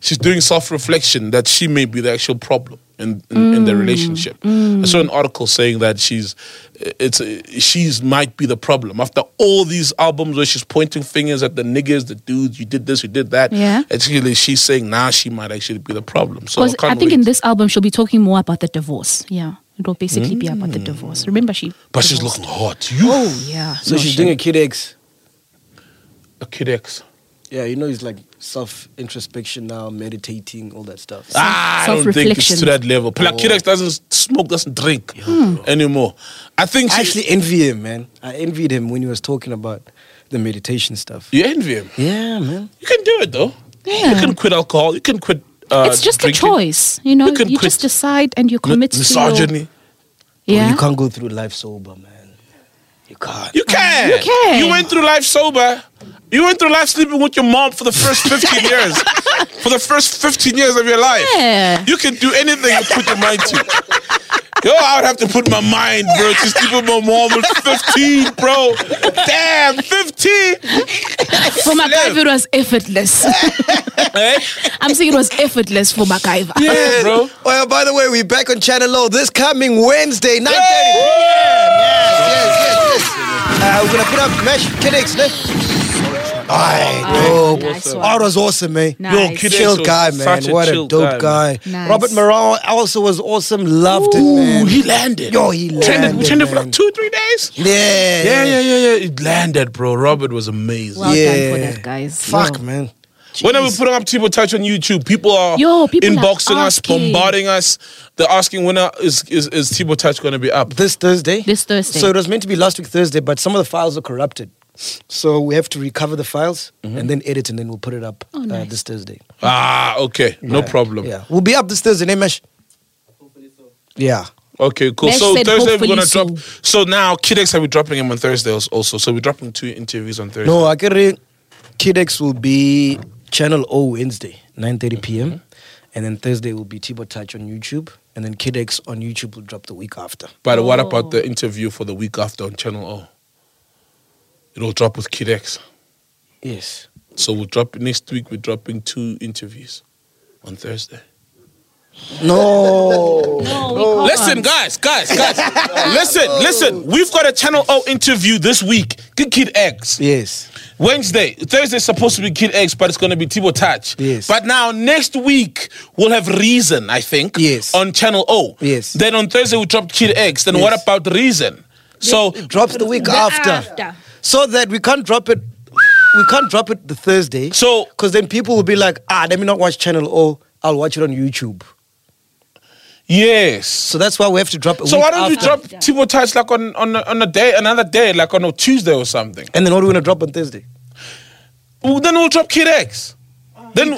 she's doing self reflection that she may be the actual problem in in, in
Mm,
their relationship. I saw an article saying that she's it's she's might be the problem after all these albums where she's pointing fingers at the niggas, the dudes, you did this, you did that.
Yeah.
actually, she's saying now she might actually be the problem. So I,
Because
can't
I, think
wait.
in this album, she'll be talking more about the divorce. Yeah. It will basically be about the divorce. Remember, she.
but she's
divorced.
looking hot. You
Oh, yeah.
So she's doing a Kid X.
a kid X.
Yeah, you know, he's like self introspection now, meditating, all that stuff.
Ah, I don't think it's to
self-reflection.
that level. Plakirex doesn't smoke, doesn't drink anymore. I think
I
she,
actually envy him, man. I envied him when he was talking about the meditation stuff.
you envy him.
Yeah, man.
You can do it though. You
Yeah.
can quit alcohol. You can quit. Uh,
it's just
drinking.
a choice. You know,
You can
you
quit
just decide and you
M-
commit to. your-
misogyny.
Oh,
Bro,
Yeah.
you can't go through life sober, man. You can't.
You can.
You can.
You went through life sober. You went through life sleeping with your mom for the first 15 years. For the first 15 years of your life.
Yeah.
You can do anything you put your mind to. Yo, I would have to put my mind, bro, just keep it my mom at 15, bro. Damn, 15.
For MacGyver, it was effortless. I'm saying it was effortless for MacGyver.
Yeah, bro.
Well, Oh, by the way, we're back on Channel O this coming Wednesday, 9.30 p.m. Yes, yes, yes, yes. Uh, we're going to put up Mesh Kinnick's next. All right, dope.
Nice one.
Oh, it was awesome, man.
Nice. Yo, Kid
chill
X was
guy, man.
such a
what a
chill
dope guy.
guy,
man.
Robert
Nice.
Morale also was awesome. Loved it, man.
Ooh, he landed.
Yo, he
Trended,
landed,
trended for
man.
like two, three days.
yeah.
Yeah, yeah, yeah, yeah. It landed, bro. Robert was amazing.
Well done for
Yeah.
that, guys.
Fuck,
Yo.
man.
Whenever we put up people touch on YouTube, people are
Yo, people are
inboxing us,
asking.
bombarding us. They're asking when are- is is, is Tibo Touch going to be up?
This Thursday?
This Thursday.
So it was meant to be last week Thursday, but some of the files are corrupted. So we have to recover the files
Mm-hmm.
and then edit and then we'll put it up
Oh,
uh,
nice.
this Thursday.
Ah, okay, no problem.
Yeah. We'll be up this Thursday, eh, Mesh? Yeah.
Okay, cool.
Mesh
so
said
Thursday we're
hopefully
gonna
soon.
drop. So now Kid X will be dropping him on Thursday also. So we're dropping two interviews on Thursday.
No, Akere Kid X will be Channel O Wednesday,
Mm-hmm.
9.30 p.m. And then Thursday will be Tibo Touch on YouTube. And then Kid X on YouTube will drop the week after.
But what about
Oh.
the interview for the week after on Channel O? It'll drop with Kid X.
Yes.
So we'll drop next week. We're dropping two interviews on Thursday.
No.
No, we
Listen,
can't.
guys, guys, guys.
Oh.
listen, listen. We've got a Channel O interview this week. Good Kid X.
yes.
Wednesday, Thursday's supposed to be Kid X, but it's going to be Tibo Touch.
Yes.
But now next week we'll have Reason, I think.
Yes.
On Channel O.
Yes.
Then on Thursday we drop Kid X. Then what
Yes.
about Reason? So
Drops the week
The
after.
after.
So that we can't drop it. We can't drop it the Thursday.
So-
because then people will be like, ah, let me not watch Channel O. I'll watch it on YouTube.
yes.
So that's why we have to drop it.
So why don't
after.
we drop Tibo Touch like on on a, on a day, another day, like on a Tuesday or something?
And then what are we gonna drop on Thursday?
Well, then we'll drop Kid X. Then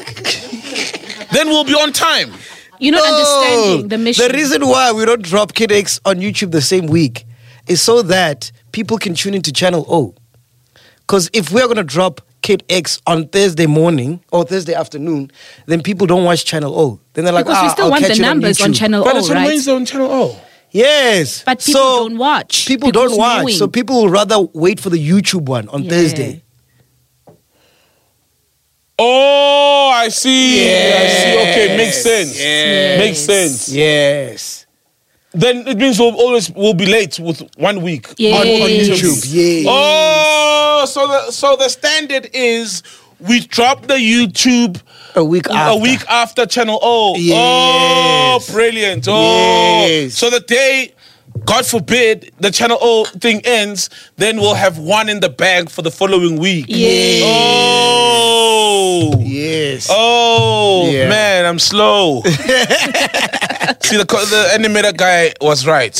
then we'll be on time.
You're not understanding the mission.
Oh, The reason why we don't drop Kid X on YouTube the same week is so that people can tune into Channel O. Because if we're gonna drop Kid X on Thursday morning or Thursday afternoon, then people don't watch Channel O. Then they're like,
because
ah,
we still
I'll
want
catch
the
it on
numbers on,
YouTube."
Channel
But
O,
it's on
right?
Wednesday on Channel O.
Yes.
But people don't watch.
People
People's
don't watch.
knowing.
So people will rather wait for the YouTube one on
Yeah.
Thursday.
Oh, I see. I see. Okay, makes sense. Makes sense.
Yes.
Then it means we'll always we'll be late with one week.
Yes.
on- on
Yes.
YouTube. Yeah.
Oh, so the so the standard is we drop the YouTube
A week after.
a week after Channel O.
Yes.
Oh, brilliant. Oh,
Yes.
so the day, God forbid, the Channel O thing ends, then we'll have one in the bag for the following week.
Yes.
Oh.
Yes.
Oh
Yeah.
man, I'm slow. See, the co- the animator guy was right.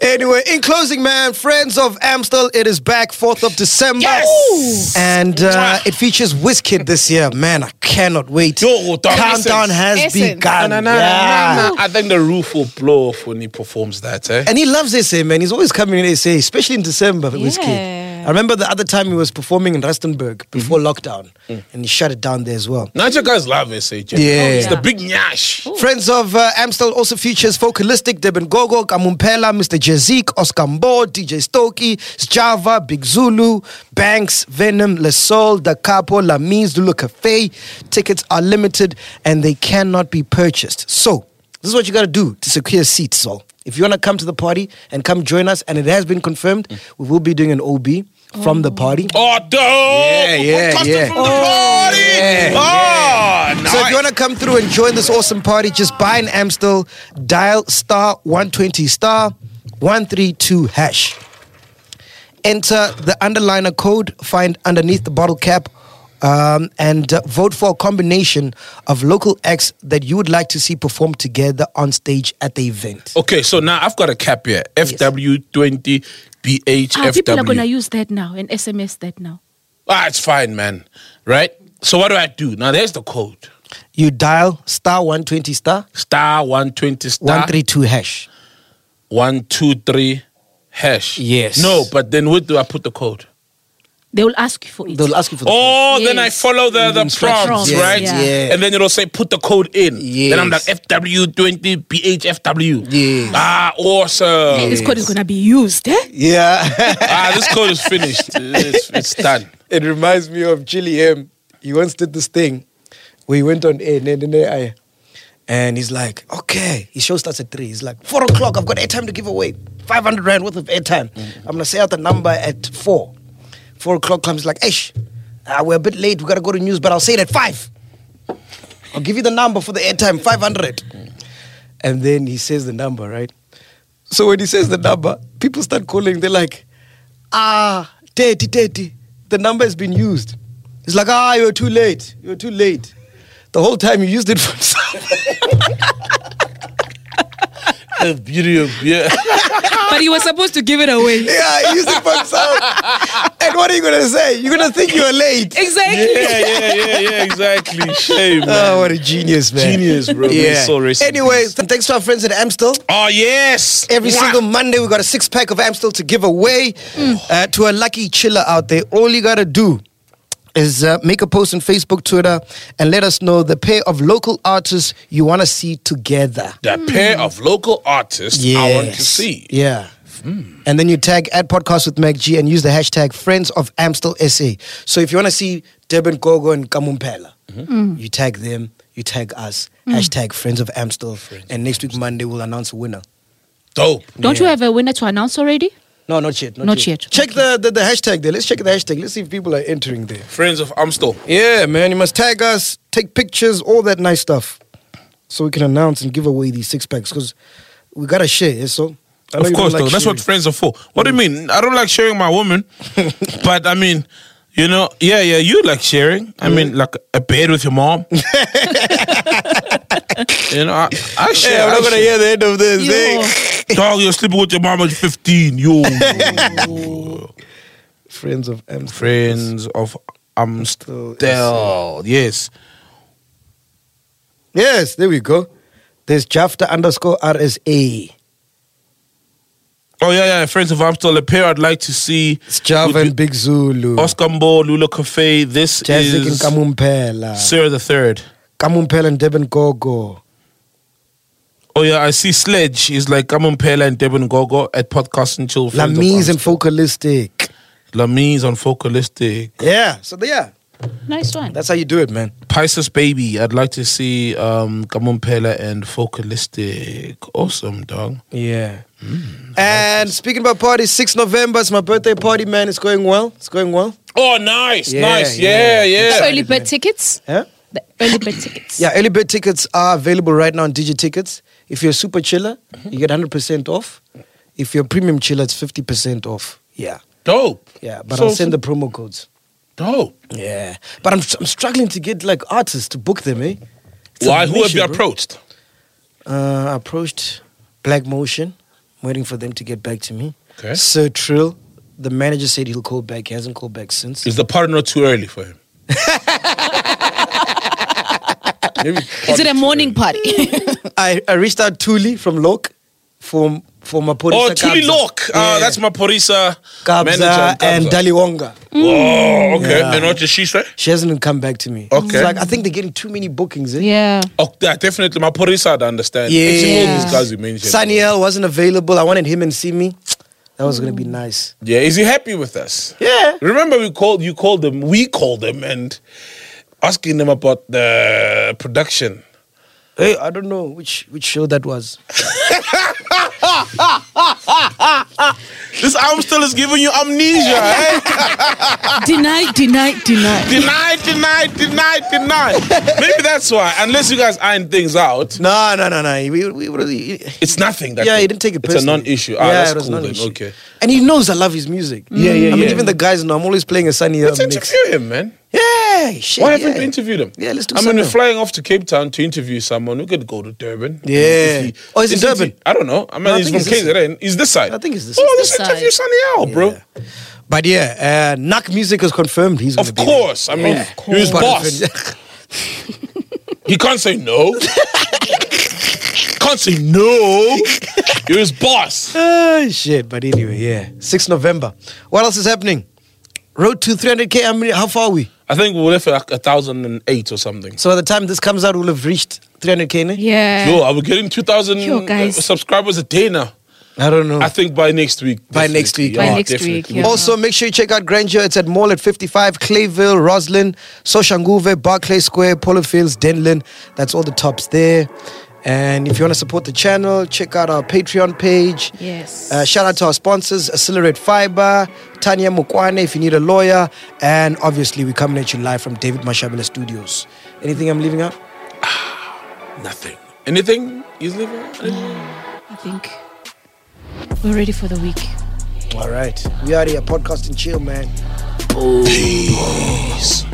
Anyway, in closing, man, Friends of Amstel, it is back 4th of December.
Yes.
And uh, it features Wizkid this year. Man, I cannot wait.
Yo, oh, dog,
Countdown
essence.
has
Essence.
begun.
Na, na, na,
Yeah.
na, na. I think the roof will blow off when he performs that. Eh?
And he loves SA, man. He's always coming in SA, especially in December with his kid.
Yeah.
I remember the other time he was performing in Rustenburg before
Mm-hmm.
lockdown,
Mm.
and he shut it down there as well.
Nigel guys love SA. Yeah. eh? Oh,
Oh,
It's the big nyash.
Friends of uh, Amstel also features Focalistic, Deben Gogo, Kamumpela, Mr. Jazik, Oscar Mbo, DJ Stokey, Sjava, Big Zulu, Banks, Venom, Lesol, Da Capo, Lamiz, Lulu Cafe. Tickets are limited and they cannot be purchased. So, this is what you got to do to secure seats, Sol. If you want to come to the party and come join us, and it has been confirmed, we will be doing an OB from the party.
Oh, dope. Yeah,
yeah, yeah.
From the party. oh, nice.
So if you want to come through and join this awesome party, just buy an Amstel, dial star 120 star 132 hash. Enter the underliner code, find underneath the bottle cap, um, and uh, vote for a combination of local acts that you would like to see perform together on stage at the event.
okay, so now I've got a cap here. FW20
Ah, people are going to
BHFW.
use that now and SMS that now.
Ah, it's fine, man. Right? So what do I do? Now there's the code.
You dial star 120 star
Star 120 star
132 hash.
one, two, three, hash.
Yes.
No, but then where do I put the code?
They will ask you for it.
They'll ask you for the
Oh,
Yes.
then I follow the, the
instructions.
prompts,
Prompts,
right?
yeah.
Yeah.
And then it'll say put the code in. Then I'm like
Yes.
FW20 PHFW.
Yes.
Ah, awesome.
This code is gonna be used, eh?
Yeah.
ah, this code is finished. It's, it's done.
it reminds me of Chili M. He once did this thing where he went on air, and then and he's like, okay, his show starts at three. He's like, four o'clock, I've got airtime to give away. 500 Rand worth of airtime. I'm going to say out the number at four. Four o'clock comes, he's like, Ish, uh, we're a bit late, we got to go to news, but I'll say it at five. I'll give you the number for the airtime, 500. And then he says the number, right? So when he says the number, people start calling. They're like, ah, 30, 30. The number has been used. It's like, ah, you're too late. You're too late. The whole time you used it for something.
The beauty of beer.
But he was supposed to give it away.
yeah, he used it for himself. and what are you going to say? You're going to think you're late.
Exactly.
yeah, yeah, yeah, yeah, exactly. Shame, man.
Oh, what a genius, man.
Genius, bro.
Yeah.
Yeah. So racist.
anyway, th- thanks to our friends at Amstel.
Oh, yes.
Every
Mwah.
single Monday, we got a six pack of Amstel to give away uh, to a lucky chiller out there. All you gotta do is uh, make a post on Facebook, Twitter, and let us know the pair of local artists you wanna see together.
The pair of local artists I want to
Yes.
see. Hmm.
Yeah. And then you tag at podcast with Mac G and use the hashtag friends of Amstel SA. So if you want to see Deben Gogo and Kamumpela,
Mm-hmm.
you tag them, you tag us, hashtag friends of Amstel. and next week, Monday, we'll announce a winner.
Dope.
Don't you have a winner to announce already?
No, not yet. Not,
Not yet.
Check the, the, the hashtag there. Let's check the hashtag. Let's see if people are entering there.
Friends of Amstel.
Yeah, man. You must tag us, take pictures, all that nice stuff. So we can announce and give away these six packs because we got to share. yeah, So, I know you
Of
don't
course,
like
though. That's what
sharing.
friends are for. What do you mean? I don't like sharing my woman, but I mean, you know, yeah, yeah, you like sharing. I mean, like a bed with your mom. you know, I, I share.
Yeah, I'm
I
not going to
share.
hear the end of this.
Yo.
eh?
Dog, you're sleeping with your mom at 15. Yo,
Friends of Amstel.
friends of Amstel. Yes.
Yes, there we go. There's Jafta underscore RSA.
Oh yeah, yeah. Friends of Amstel. A pair I'd like to see.
It's Java
would
and Big Zulu.
be Oscar Mbo, Lula Cafe. This
Jazik and
is
Kamumpela.
Sarah the Third.
Kamumpela and Deben Gogo.
Oh yeah, I see Sledge is like Gamon Pela and Debon Gogo at Podcast and Chill. Friends of
Lamise and
Amstel.
Focalistic.
Lamise on Focalistic.
Yeah, so there. yeah,
Nice one.
That's how you do it, man.
Pisces Baby, I'd like to see um Gamon Pela and Focalistic. Awesome, dog.
Yeah.
Mm,
and speaking about parties, 6 November, it's my birthday party, man. It's going well. It's going well.
Oh nice,
Yeah,
nice,
yeah.
yeah, yeah.
early bird tickets.
Yeah.
The early bird tickets.
Yeah, early bird tickets are available right now on DigiTickets. If you're a super chiller,
Mm-hmm.
you get 100% off. If you're a premium chiller, it's 50% off. Yeah.
Dope.
Yeah, but
So-
I'll send the promo codes.
Dope.
Yeah, but I'm, I'm struggling to get like artists to book them, eh? It's a
Why? Who have you
mission, bro.
approached?
Uh, I approached Black Motion, waiting for them to get back to me.
Okay.
Sir Trill, the manager said he'll call back. He hasn't called back since.
Is the partner too early for him? Maybe
Is it
partner
a
too
morning
early.
party?
I, I reached out to Tuli from Lok for for my
Oh,
producer.
Tuli
Kabza.
Lok. Ah,
Yeah.
that's my Parisa
Kabza
manager. Kabza.
and Dali Wonga.
Oh, okay.
Yeah.
And what did she say?
She hasn't come back to me.
Okay.
It's like I think they're getting too many bookings. Eh?
yeah.
Oh, yeah, definitely. My police had to understand.
Yeah.
Actually, all these guys you mentioned.
Saniel wasn't available. I wanted him and see me. That was gonna be nice.
Yeah, is he happy with us?
Yeah.
Remember, we called you called them, we called them, and asking them about the production.
Hey, I don't know which which show that was.
This Amstel is giving you amnesia. eh?
Deny, deny, deny.
Deny, deny, deny, deny. Maybe that's why. Unless you guys iron things out,
No, no, no, no. We, we really,
it's nothing. That
yeah,
thing.
he didn't take it
It's
personally.
a non-issue. Ah,
yeah,
that's
it was
cool. Then.
non-issue.
Okay.
And he knows I love his music. Yeah, yeah, I mean, even the guys know I'm always playing a Sunny Hill
Let's
mix.
interview him, man.
Yeah, shit.
Why
yeah.
haven't we interviewed him?
Yeah, let's do
I mean, we're
something.
flying off to Cape Town to interview someone. We could go to Durban.
Yeah.
If
Oh, is it
if
Durban?
I don't know. I mean,
No, I
he's
think
from
it's this
KZN. He's this side.
I think it's this
Oh,
side.
let's
This side.
interview Sunny Al, bro.
Yeah. But yeah, uh, Nak Music has confirmed he's going to
Of
be
course. I mean,
there.
you're his boss. He can't say no. can't say no. You're his boss.
Ah, shit, but anyway, yeah. 6 November. What else is happening? Road to 300k. I mean, how far are we?
I think we left at like a thousand and eight or something.
So by the time this comes out, we'll have reached 300k. Ne?
Yeah.
Yo, are we getting two thousand uh,
Yo, guys.
subscribers a day now?
I don't know.
I think by next week.
Oh. By next
definitely.
week.
By
Yeah,
next
definitely.
week, yeah.
Also, make sure you check out Grandeur. It's at Mall at 55, Clayville, Roslyn, Soshanguve, Barclay Square, Polo Fields, Denlin. That's all the tops there. And if you want to support the channel, check out our Patreon page.
Yes.
Uh, shout out to our sponsors, Accelerate Fiber, Tanya Mukwane, if you need a lawyer. And obviously, we're coming at you live from David Mashabela Studios. Anything I'm leaving out?
Nothing. Anything is leaving?
I think we're ready for the week.
All right. We are here, podcast and chill, man.
Peace.